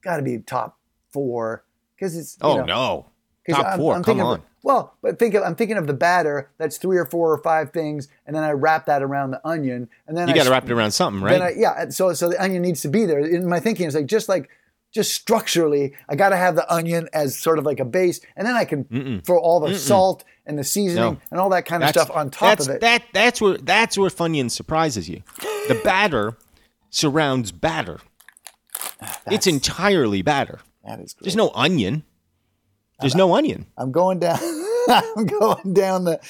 got to be top four because it's, you Oh know, no. 'cause Top I'm- 4 I'm come thinking on. of- well, but think of, I'm thinking of the batter. That's three or four or five things. And then I wrap that around the onion. And then you I got to sp- wrap it around something, then right? I, yeah, and so so the onion needs to be there. In my thinking, it's like just like just structurally, I got to have the onion as sort of like a base, and then I can throw all the salt and the seasoning No. and all that kind of stuff on top that's, of it. That that's where that's where Funyun surprises you. The batter surrounds batter. It's entirely batter. that is great. There's no onion. There's no onion. I'm going down. I'm going down the.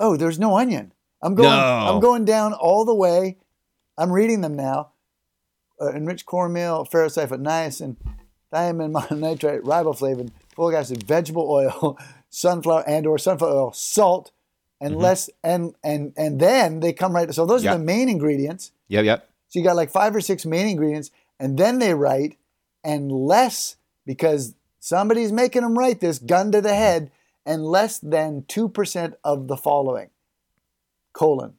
Oh, there's no onion. I'm going. No. I'm going down all the way. I'm reading them now. Uh, enriched cornmeal, ferrocypha, niacin, thiamine, mononitrate, riboflavin, folic acid, vegetable oil, sunflower and/or sunflower oil, salt, and less and and and then they come right. So those Mm-hmm. Yeah. are the main ingredients. Yep, yep. So you got like five or six main ingredients, and then they write, and less because somebody's making them write this gun to the head, and less than 2% of the following colon,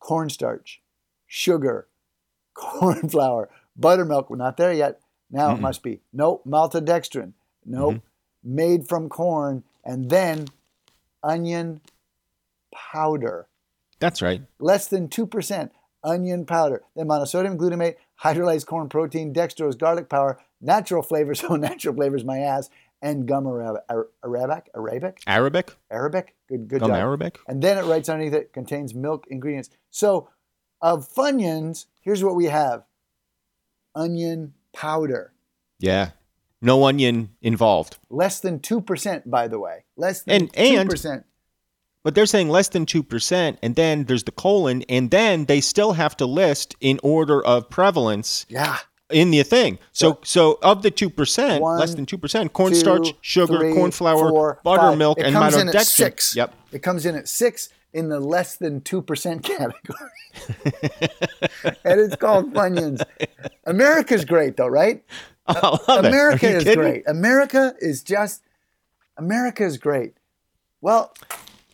cornstarch, sugar, corn flour, buttermilk. We're not there yet. Now it must be. Nope. Maltodextrin. Nope. Made from corn, and then onion powder That's right. less than 2% onion powder, then monosodium glutamate, hydrolyzed corn protein, dextrose, garlic powder, natural flavors, oh, natural flavors, my ass, and gum arab- ar- arabic, arabic, Arabic? arabic, good, good Gum job. Arabic? And then it writes underneath it contains milk ingredients. So, of Funyuns, here's what we have: onion powder, Yeah. No onion involved. less than two percent, by the way, less than And- two and- percent. But they're saying less than 2%, and then there's the colon, and then they still have to list in order of prevalence Yeah, in the thing. So, so of the 2%, One, less than 2%, cornstarch, two, sugar, three, corn flour, four, buttermilk, five. It and comes in at maltodextrin. six. Yep. It comes in at six in the less than two percent category, and it's called Funyuns. America's great though, right? I love it. Are America you is kidding? great. America is just America is great. Well,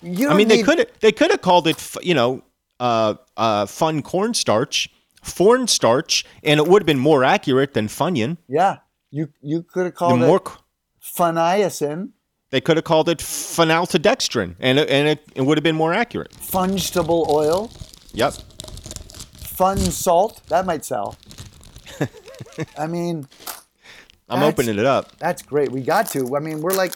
you. I mean, don't they need- could they could have called it, f- you know, uh, uh, fun cornstarch, foreign starch, and it would have been more accurate than Funyun. Yeah, you you could have The called it more, funiacin, they could have called it phenaltodextrin, and it, and it, it would have been more accurate. fungible oil, Yep. fun salt. That might sell. I mean. I'm That's- opening it up. That's great. We got to. I mean, we're like,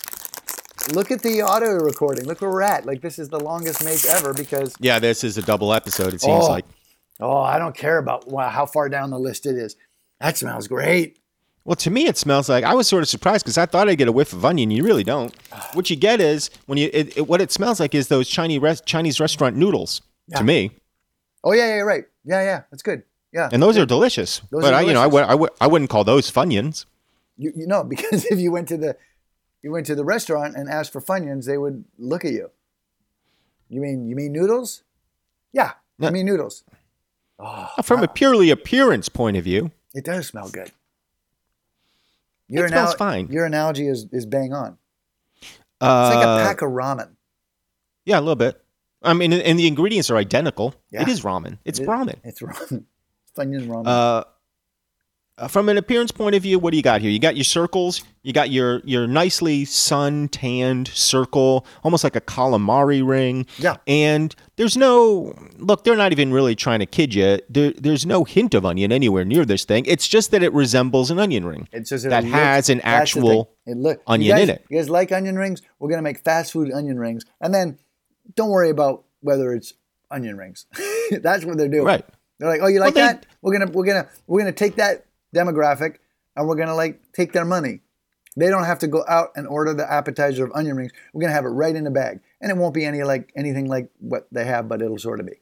Look at the auto recording. Look where we're at. Like this is the longest make ever because Yeah, this is a double episode. It seems Oh. like. oh, I don't care about wow, how far down the list it is. That smells great. Well, to me, it smells like I was sort of surprised because I thought I'd get a whiff of onion. You really don't. What you get is when you it, it, what it smells like is those Chinese res, Chinese restaurant noodles. To me, Oh yeah, yeah, yeah, right. Yeah, yeah, that's good. Yeah. and those are delicious. Those but are I, you know, I would I would I wouldn't call those funyuns. You, you know because if you went to the you went to the restaurant and asked for funyuns, they would look at you. You mean you mean noodles? Yeah, I No. mean noodles. Uh, From a purely appearance point of view, It does smell good. Your It smells anal- fine. Your analogy is, is bang on. uh, It's like a pack of ramen. yeah, a little bit. I mean, and the ingredients are identical. Yeah. It is ramen. It's It- ramen. It's ramen. Funyun ramen. Uh, uh, from an appearance point of view, what do you got here? You got your circles. You got your your nicely sun tanned circle, almost like a calamari ring. Yeah. And there's no look. They're not even really trying to kid you. There, there's no hint of onion anywhere near this thing. It's just that it resembles an onion ring. It's just that looks- has an that's the thing. actual it look, you onion in guys- it. You guys like onion rings? We're gonna make fast food onion rings, and then don't worry about whether it's onion rings. That's what they're doing. Right. They're like, oh, you like they- that? We're gonna we're gonna we're gonna take that demographic, and we're gonna like take their money. They don't have to go out and order the appetizer of onion rings. We're gonna have it right in the bag, and it won't be any like anything like what they have, but it'll sort of be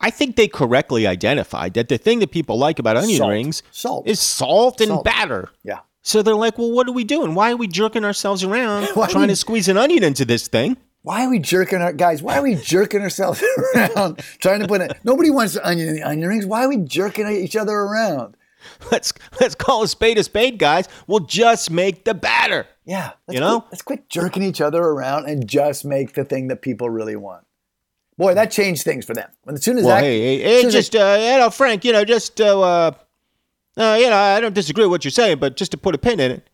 I think they correctly identified that the thing that people like about onion Salt. rings salt. is salt and Salt. batter. yeah. So they're like, well, what are we doing? Why are we jerking ourselves around Why are trying we- to squeeze an onion into this thing? Why are we jerking our guys? Why are we jerking ourselves around trying to put it? Nobody wants the onion in the onion rings. Why are we jerking each other around? let's let's call a spade a spade, guys. We'll just make the batter. Yeah, let's You know? quit, let's quit jerking each other around and just make the thing that people really want. Boy, that changed things for them. When as soon as Well, that, hey, hey, hey soon as- just uh, you know, Frank, you know, just uh, uh, uh, you know, I don't disagree with what you're saying, but just to put a pin in it,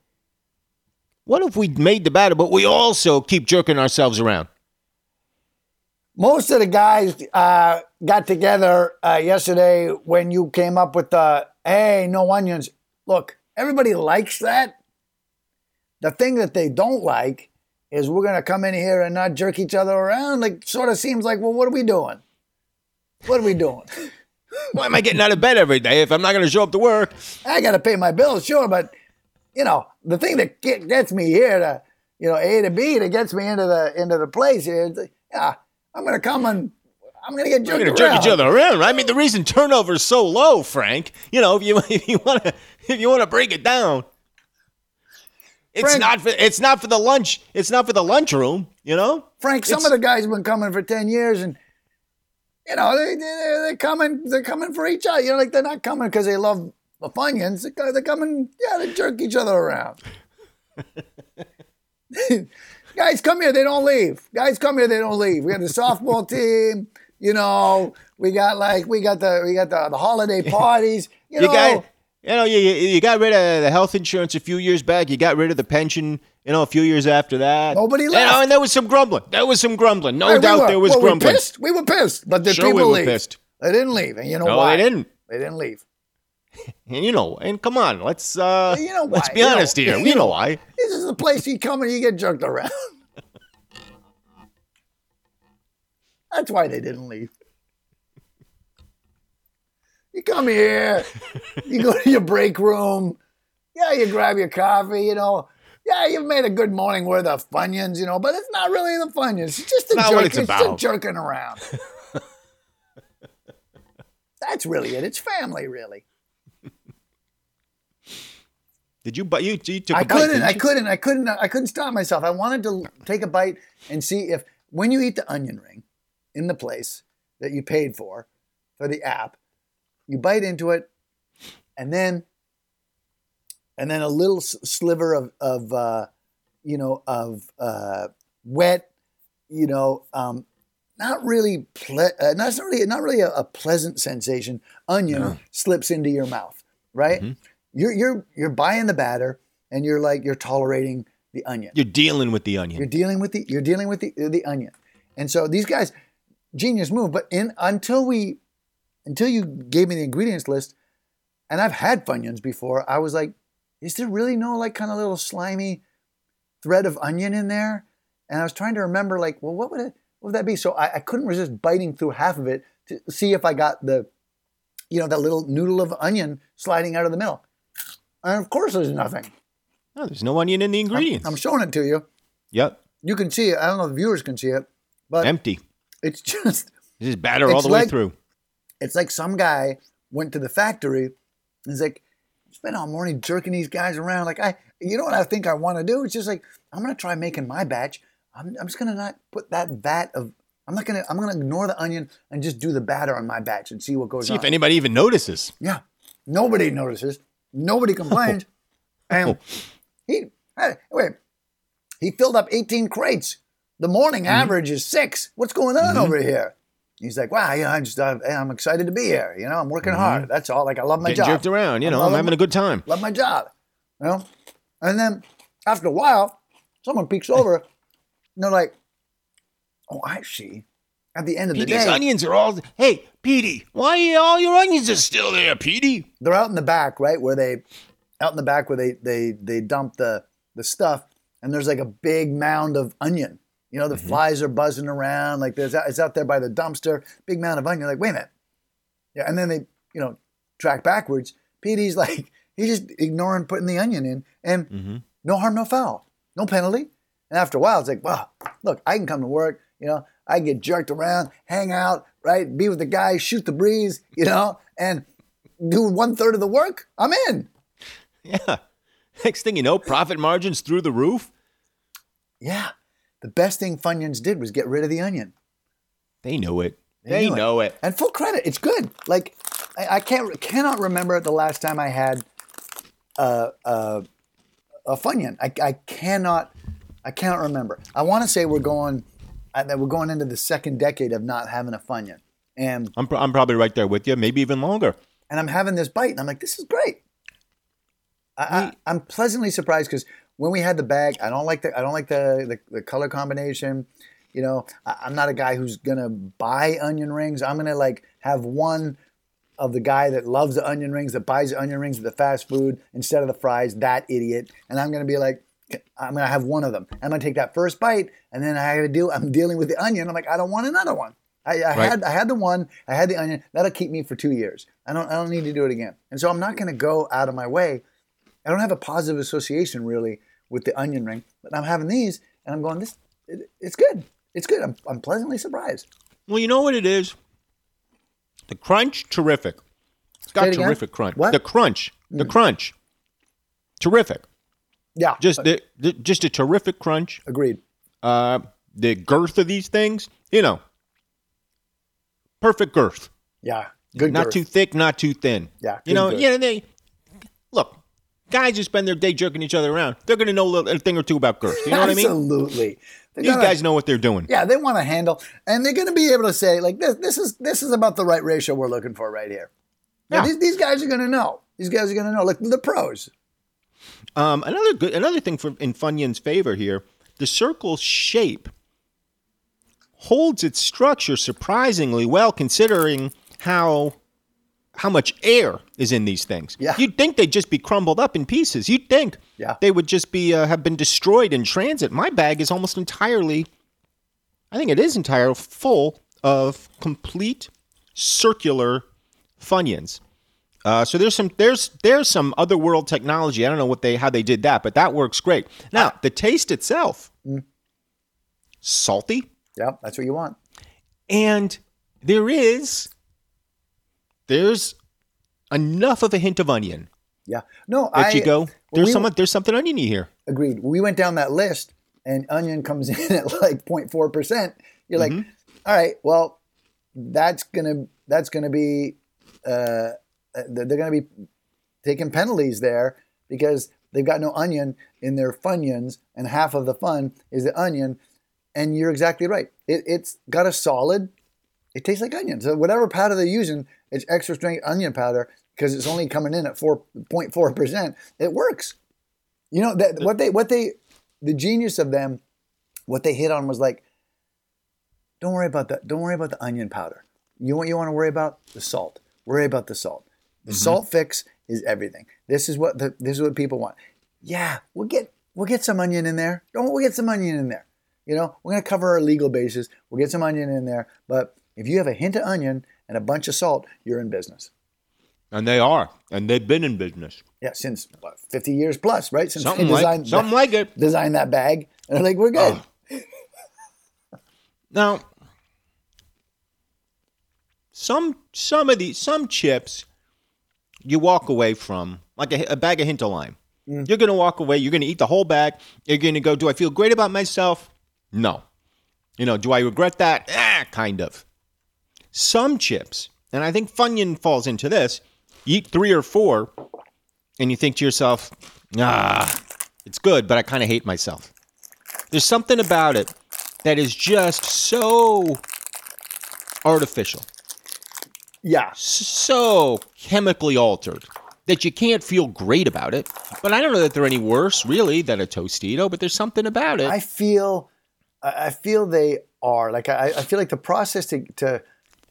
what if we made the batter, but we also keep jerking ourselves around? most of the guys uh, got together uh, yesterday when you came up with the hey, no onions. Look, everybody likes that. The thing that they don't like is we're gonna come in here and not jerk each other around. Like, sort of seems like, well, what are we doing? What are we doing? Why am I getting out of bed every day if I'm not going to show up to work? I gotta pay my bills, sure, but you know, the thing that get- gets me here to, you know, A to B that gets me into the into the place here, is, yeah, I'm gonna come and I'm gonna get We're jerked going to jerk around. each other around. right? I mean, the reason turnover is so low, Frank, you know, if you if you want to if you want to break it down, it's Frank- not for it's not for the lunch. It's not for the lunchroom, you know. Frank, some of the guys have been coming for ten years, and you know they they they- they're coming they're coming for each other. You know, like they're not coming because they love the Funyuns. They're co- They're coming, yeah, they jerk each other around. guys, come here. They don't leave. Guys, come here. They don't leave. We got the softball team. You know, we got like we got the we got the, the holiday parties. You, you know, got you know you, you you got rid of the health insurance a few years back. You got rid of the pension. You know, a few years after that, Nobody You know, left. and there was some grumbling. There was some grumbling. No Hey, we doubt were- there was well, We grumbling. pissed. We were pissed, but the Sure, people we were leave. pissed. They didn't leave, and you know No, why? they didn't. They didn't leave. And you know, and come on, let's uh, You know let's why, be you know- honest here. You know why? This is the place you come and you get jerked around. That's why they didn't leave. You come here, you go to your break room, yeah, you grab your coffee, you know. Yeah, you've made a good morning with the funyuns, you know, but it's not really the funyuns. It's just the Not jerk, what it's just about. jerking around. That's really it. It's family, really. Did you? But you, you took. I a bite, couldn't. didn't I you? couldn't. I couldn't. I couldn't stop myself. I wanted to l- take a bite and see if, when you eat the onion ring, in the place that you paid for, for the app, you bite into it, and then, and then a little s- sliver of of, uh, you know, of uh, wet, you know, um, not really, ple- uh, not it's not really, not really a, a pleasant sensation. Onion slips into your mouth, right? Mm-hmm. You're you're you're buying the batter, and you're like you're tolerating the onion. You're dealing with the onion. You're dealing with the you're dealing with the the onion, and so these guys, genius move. But in until we, until you gave me the ingredients list, and I've had funyuns before, I was like, is there really no like kind of little slimy thread of onion in there? And I was trying to remember, like, well, what would it, what would that be? So I, I couldn't resist biting through half of it to see if I got the, you know, that little noodle of onion sliding out of the middle. And of course, there's nothing. No, there's no onion in the ingredients. I'm showing it to you. yep, You can see it. I don't know if the viewers can see it, but empty. it's just This is batter It's all the way like- through. It's like some guy went to the factory and he's like, spent all morning jerking these guys around. Like I you know what I think I want to do? It's just like, I'm gonna try making my batch. I'm, I'm just gonna not put that vat of I'm not gonna I'm gonna ignore the onion and just do the batter on my batch and see what goes See on. if anybody even notices. yeah. Nobody notices. Oh. Nobody complains. and he hey, wait. He filled up 18 crates. The morning Mm-hmm. average is six. What's going on over here? He's like, wow, yeah, I'm just, I'm, I'm excited to be here. You know, I'm working hard. That's all. Like, I love my Mm-hmm. Getting job. jerked around, you know, I'm loving having a good time. Love my job. You know? And then after a while, someone peeks over and they're like, oh, I see. At the end of the Petey's day, onions are all. Hey, Petey, why are all your onions are still there, Petey? they're out in the back, right? Where they, out in the back where they, they, they dump the, the stuff and there's like a big mound of onion. You know, the flies are buzzing around. Like there's, it's out there by the dumpster, big mound of onion. Like, wait a minute. Yeah. And then they, you know, track backwards. Petey's like, he's just ignoring putting the onion in and no harm, no foul, no penalty. And after a while, it's like, wow, look, I can come to work. You know, I can get jerked around, hang out, right? Be with the guys, shoot the breeze, you know, and do one third of the work. I'm in. Yeah. Next thing you know, profit margins through the roof. Yeah. The best thing Funyuns did was get rid of the onion. They know it. They knew it. know it. And full credit, it's good. Like I, I can't cannot remember the last time I had uh, uh, a funyun. I, I cannot I cannot remember. I want to say we're going I, that we're going into the second decade of not having a funyun, and I'm, pro- I'm probably right there with you, maybe even longer. and I'm having this bite, and I'm like, this is great. I, I, I'm pleasantly surprised because when we had the bag, I don't like the I don't like the the, the color combination. You know, I, I'm not a guy who's gonna buy onion rings. I'm gonna like have one of the guy that loves the onion rings, that buys the onion rings at the fast food instead of the fries. That idiot. And I'm gonna be like, I'm gonna have one of them. I'm gonna take that first bite, and then I gotta deal. I'm dealing with the onion. I'm like, I don't want another one. I, I had I had the one. I had the onion. That'll keep me for two years. I don't I don't need to do it again. And so I'm not gonna go out of my way. I don't have a positive association really with the onion ring, but I'm having these, and I'm going this. It, it's good. It's good. I'm, I'm pleasantly surprised. Well, you know what it is? The crunch, terrific. It's Say got it again? terrific crunch. What? Mm. The crunch. The crunch. Terrific. Yeah. Just the, the, just a terrific crunch. agreed. Uh, the girth of these things, you know, perfect girth. Yeah. Good. not girth. too thick, not too thin. Yeah, you good know, girth. yeah. They look, guys who spend their day jerking each other around, they're gonna know a little- a thing or two about girth. You know what I mean? Absolutely. They're These gonna- guys know what they're doing. Yeah, they want to handle, and they're going to be able to say like this. This is this is about the right ratio we're looking for right here. Now, Yeah. these, these guys are going to know. These guys are going to know. Like the pros. Um, another good, another thing for, in Funyun's favor here, the circle shape holds its structure surprisingly well, considering how how much air is in these things. Yeah. You'd think they'd just be crumbled up in pieces. You'd think Yeah. they would just be uh, have been destroyed in transit. My bag is almost entirely, I think it is entire full of complete circular Funyuns. Uh, so there's some there's there's some other world technology. I don't know what they how they did that, but that works great. Now the taste itself, salty, Yeah, that's what you want. and there is there's enough of a hint of onion Yeah. No, that I you go. when There's we- someone there's something oniony here. agreed. We went down that list, and onion comes in at like 0.4 percent. You're like, all right, well, that's gonna that's gonna be uh, uh, they're they're gonna be taking penalties there because they've got no onion in their funyuns, and half of the fun is the onion. And you're exactly right. It, it's got a solid. It tastes like onion. So whatever powder they're using, it's extra strength onion powder because it's only coming in at 4.4 percent. It works. You know that what they what they the genius of them, what they hit on was like, don't worry about that. Don't worry about the onion powder. You want you want to worry about the salt. Worry about the salt. The salt fix is everything. This is what the this is what people want. Yeah, we'll get we'll get some onion in there. Don't we'll get some onion in there. You know, we're going to cover our legal bases. We'll get some onion in there. But if you have a hint of onion and a bunch of salt, you're in business. And they are. And they've been in business. Yeah, since what, 50 years plus, right? Since Something they like- designed, something like it. Designed that bag. And they're like, we're good. Now, some some of these some chips you walk away from like a, a bag of hint of lime. You're gonna walk away. You're gonna eat the whole bag. You're gonna go. Do I feel great about myself? No. You know, do I regret that? Ah, kind of. Some chips, and I think Funyun falls into this. You eat three or four, and you think to yourself, ah, it's good, but I kind of hate myself. There's something about it that is just so artificial, Yeah. so chemically altered that you can't feel great about it. But I don't know that they're any worse, really, than a Tostito, but there's something about it. I feel, I I feel they are like I, I feel like the process to, to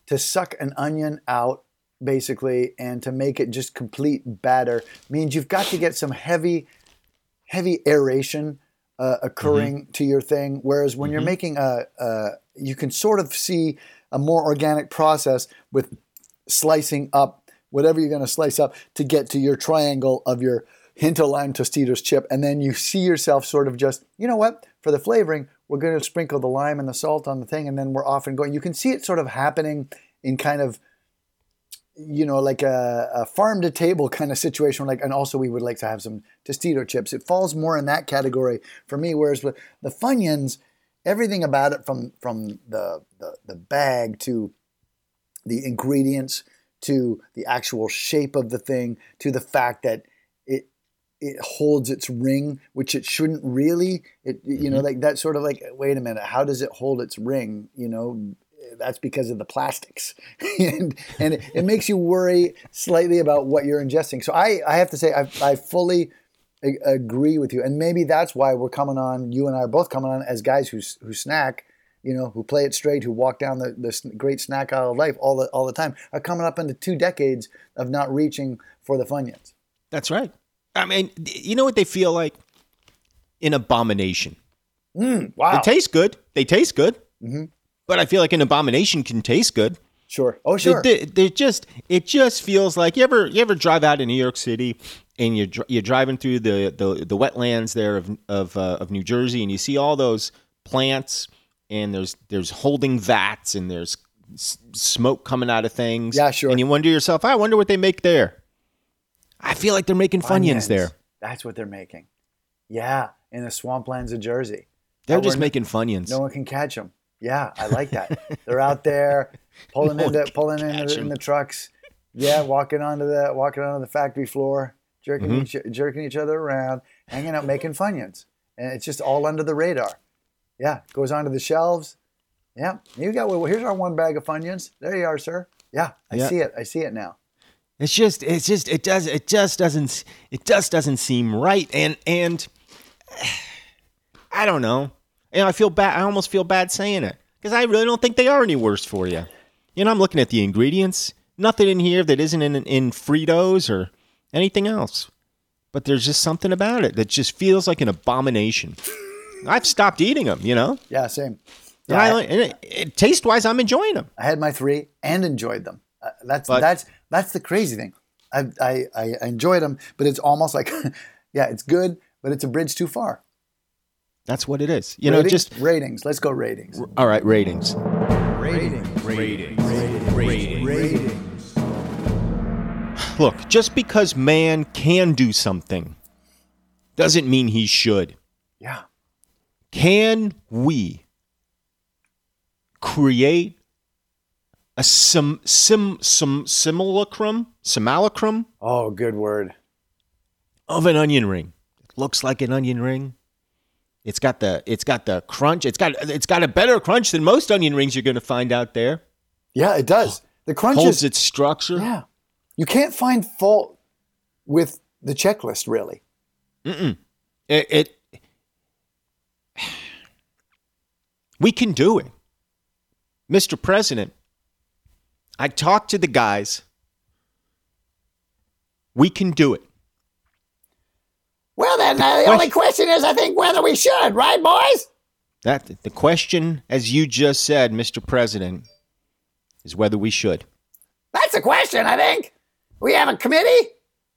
to suck an onion out basically and to make it just complete batter means you've got to get some heavy, heavy aeration uh, occurring Mm-hmm. to your thing. Whereas when you're making a, a, you can sort of see a more organic process with slicing up whatever you're going to slice up to get to your triangle of your hint of lime tostitos chip and then you see yourself sort of just you know what for the flavoring we're going to sprinkle the lime and the salt on the thing and then we're off and going you can see it sort of happening in kind of you know like a, a farm to table kind of situation like and also we would like to have some tostito chips it falls more in that category for me whereas with the funyuns everything about it from from the the, the bag to the ingredients to the actual shape of the thing to the fact that it it holds its ring which it shouldn't really it you know like that sort of like wait a minute how does it hold its ring you know that's because of the plastics and and it, it makes you worry slightly about what you're ingesting so i i have to say i i fully a- agree with you and maybe that's why we're coming on you and i are both coming on as guys who s- who snack you know who play it straight who walk down the, the s- great snack aisle of life all the all the time are coming up into two decades of not reaching for the funyuns That's right. I mean, d- you know what they feel like? An abomination. wow Mm-hmm. They taste good. They taste good. But I feel like an abomination can taste good. sure oh They- sure They, they just it just feels like you ever you ever drive out in New York City and you're dr- you're driving through the the, the wetlands there of of uh, of New Jersey and you see all those plants and there's there's holding vats and there's s- smoke coming out of things. Yeah, sure. And you wonder yourself, I wonder what they make there. I feel like they're making funyuns there. that's what they're making yeah in the swamplands of jersey They're That just we're- making funyuns. No one can catch them. Yeah, I like that. They're out there pulling No one into can pulling into catch the, in 'em. the trucks. Yeah, walking onto the walking onto the factory floor, jerking Mm-hmm. each, jerking each other around, hanging out, making funyuns, and it's just all under the radar. Yeah, goes onto the shelves. Yeah, you got. Well, here's our one bag of funyuns. There you are, sir. Yeah, I Yeah. see it. I see it now. It's just, it's just, it does, it just doesn't, it just doesn't seem right. And and I don't know. You know, I feel bad. I almost feel bad saying it because I really don't think they are any worse for you. You know, I'm looking at the ingredients. Nothing in here that isn't in in Fritos or anything else. But there's just something about it that just feels like an abomination. I've stopped eating them. You know, Yeah, same. and I, and it, it, taste wise, I'm enjoying them. I had my three and enjoyed them. Uh, that's But- that's that's the crazy thing. I, I I I enjoyed them, but it's almost like, yeah, it's good, but it's a bridge too far. That's what it is. You know, ratings, just ratings. Let's go ratings. all right. Ratings. Look, just because man can do something doesn't mean he should. Yeah. Can we create a sim, sim, sim, simulacrum, simulacrum Oh, good word. of an onion ring? It looks like an onion ring. It's got the it's got the crunch. It's got it's got a better crunch than most onion rings you're going to find out there. Yeah, it does. The crunch Holds is. its structure. Yeah. You can't find fault with the checklist, really. It, it we can do it, Mr. President. I talked to the guys. We can do it. Well, then uh, the only question is, I think whether we should, right, boys? That the question, as you just said, Mr. President, is whether we should. That's a question, I think. We have a committee?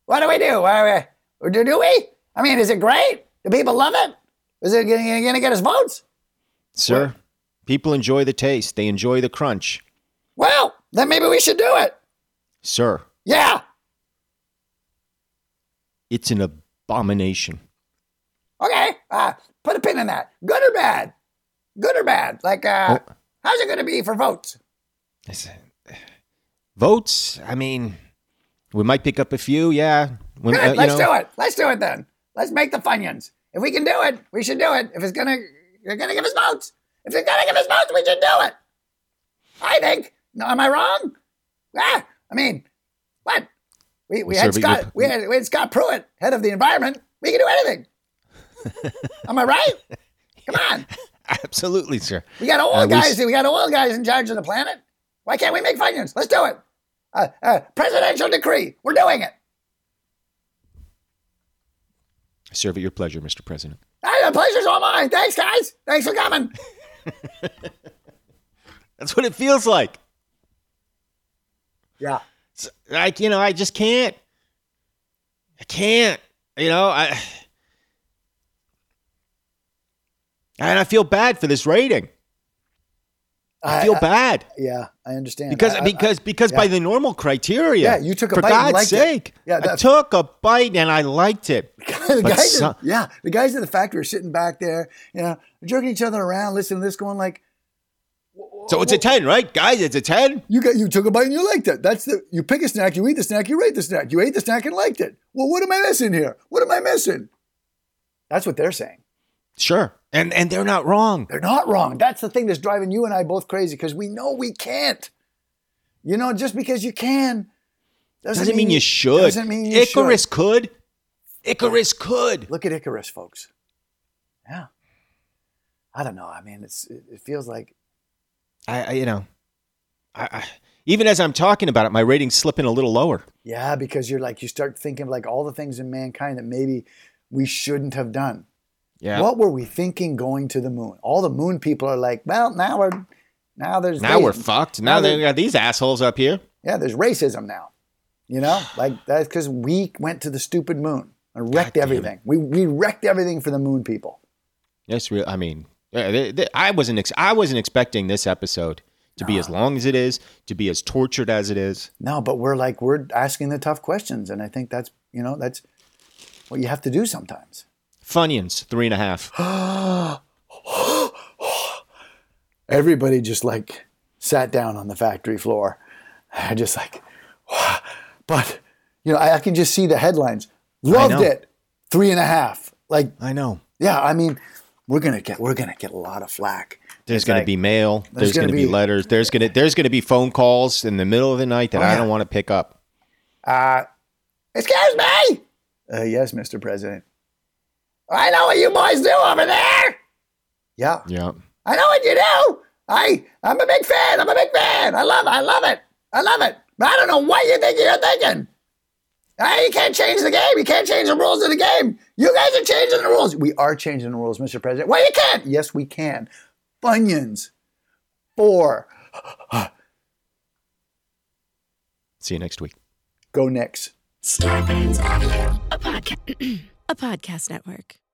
What do we do? Uh, do, do we? I mean, is it great? Do people love it? Is it going to get us votes? Sir, people enjoy the taste. They enjoy the crunch. Well, then maybe we should do it. Sir, Yeah. it's an abomination. Okay. Uh, put a pin in that. Good or bad? Good or bad? Like, uh, Oh. how's it going to be for votes? I said, Votes, I mean, we might pick up a few, yeah. When, Good. uh, you Let's know- do it. Let's do it then. Let's make the Funyuns. If we can do it, we should do it. If it's gonna, you're gonna give us votes. If you're gonna give us votes, we should do it. I think. No, am I wrong? Ah, I mean, what? We, we Sir, had we- Scott. We had, we had Scott Pruitt, head of the environment. We can do anything. am I right? Come on. Absolutely, sir. We got oil Uh, we guys. s- We, got oil guys in charge of the planet. Why can't we make Funyuns? Let's do it. Uh, uh, presidential decree. We're doing it. I serve at your pleasure, Mr. President. Hey, the pleasure's all mine. Thanks, guys. Thanks for coming. That's what it feels like. Yeah. It's like, you know, I just can't. I can't. You know, I. And I feel bad for this rating. I feel bad Yeah, I understand. because I- I- because because by the normal criteria. Yeah, you took a for bite and God's liked it. sake. Yeah, I that- took a bite and I liked it. the But guys, some- at, yeah, the guys at the factory are sitting back there, you know, jerking each other around, listening to this, going like, So it's a ten, right, guys? It's a ten. "You got, you took a bite and you liked it. That's the you pick a snack, you eat the snack, you rate the snack, you ate the snack and liked it. Well, what am I missing here? What am I missing? That's what they're saying. Sure, and and they're not wrong. They're not wrong. That's the thing that's driving you and I both crazy because we know we can't. You know, just because you can doesn't, Doesn't, mean, you should. Doesn't mean you Icarus should. could. Icarus could. Look at Icarus, folks. Yeah. I don't know. I mean, it's it it feels like I, I you know, I, I even as I'm talking about it, my rating's slipping a little lower. yeah, because you're like you start thinking of like all the things in mankind that maybe we shouldn't have done. Yeah. What were we thinking going to the moon? All the moon people are like, well, now we're now there's now they- we're fucked. Now now they they- got these assholes up here. Yeah, there's racism now. You know, like that's because we went to the stupid moon and wrecked damn it. everything. We we wrecked everything for the moon people. That's real. I mean, yeah, they- they- I wasn't. Ex- I wasn't expecting this episode to be as long as it is, to be as tortured as it is. No, but we're like we're asking the tough questions, and I think that's you know that's what you have to do sometimes. Funyuns three and a half. everybody just like sat down on the factory floor. I just like, but you know, I, I can just see the headlines. Loved know. it. Three and a half. Like, I know. yeah, I mean, we're gonna get we're gonna get a lot of flack. There's going like- to be mail. There's, gonna going to be, be- letters. There's going to there's going to be phone calls in the middle of the night that I Oh, yeah. don't want to pick up. Uh, excuse me. Uh, yes, Mr. President. I know what you boys do over there. Yeah, Yeah. I know what you do. I I'm a big fan. I'm a big fan. I love I love it. I love it. But I don't know what you think you're thinking. Hey, you can't change the game. You can't change the rules of the game. You guys are changing the rules. We are changing the rules, Mr. President. Well, you can't. Yes, we can. Funyuns. Four. See you next week. Go next. Scorpions Audio. a podcast a podcast network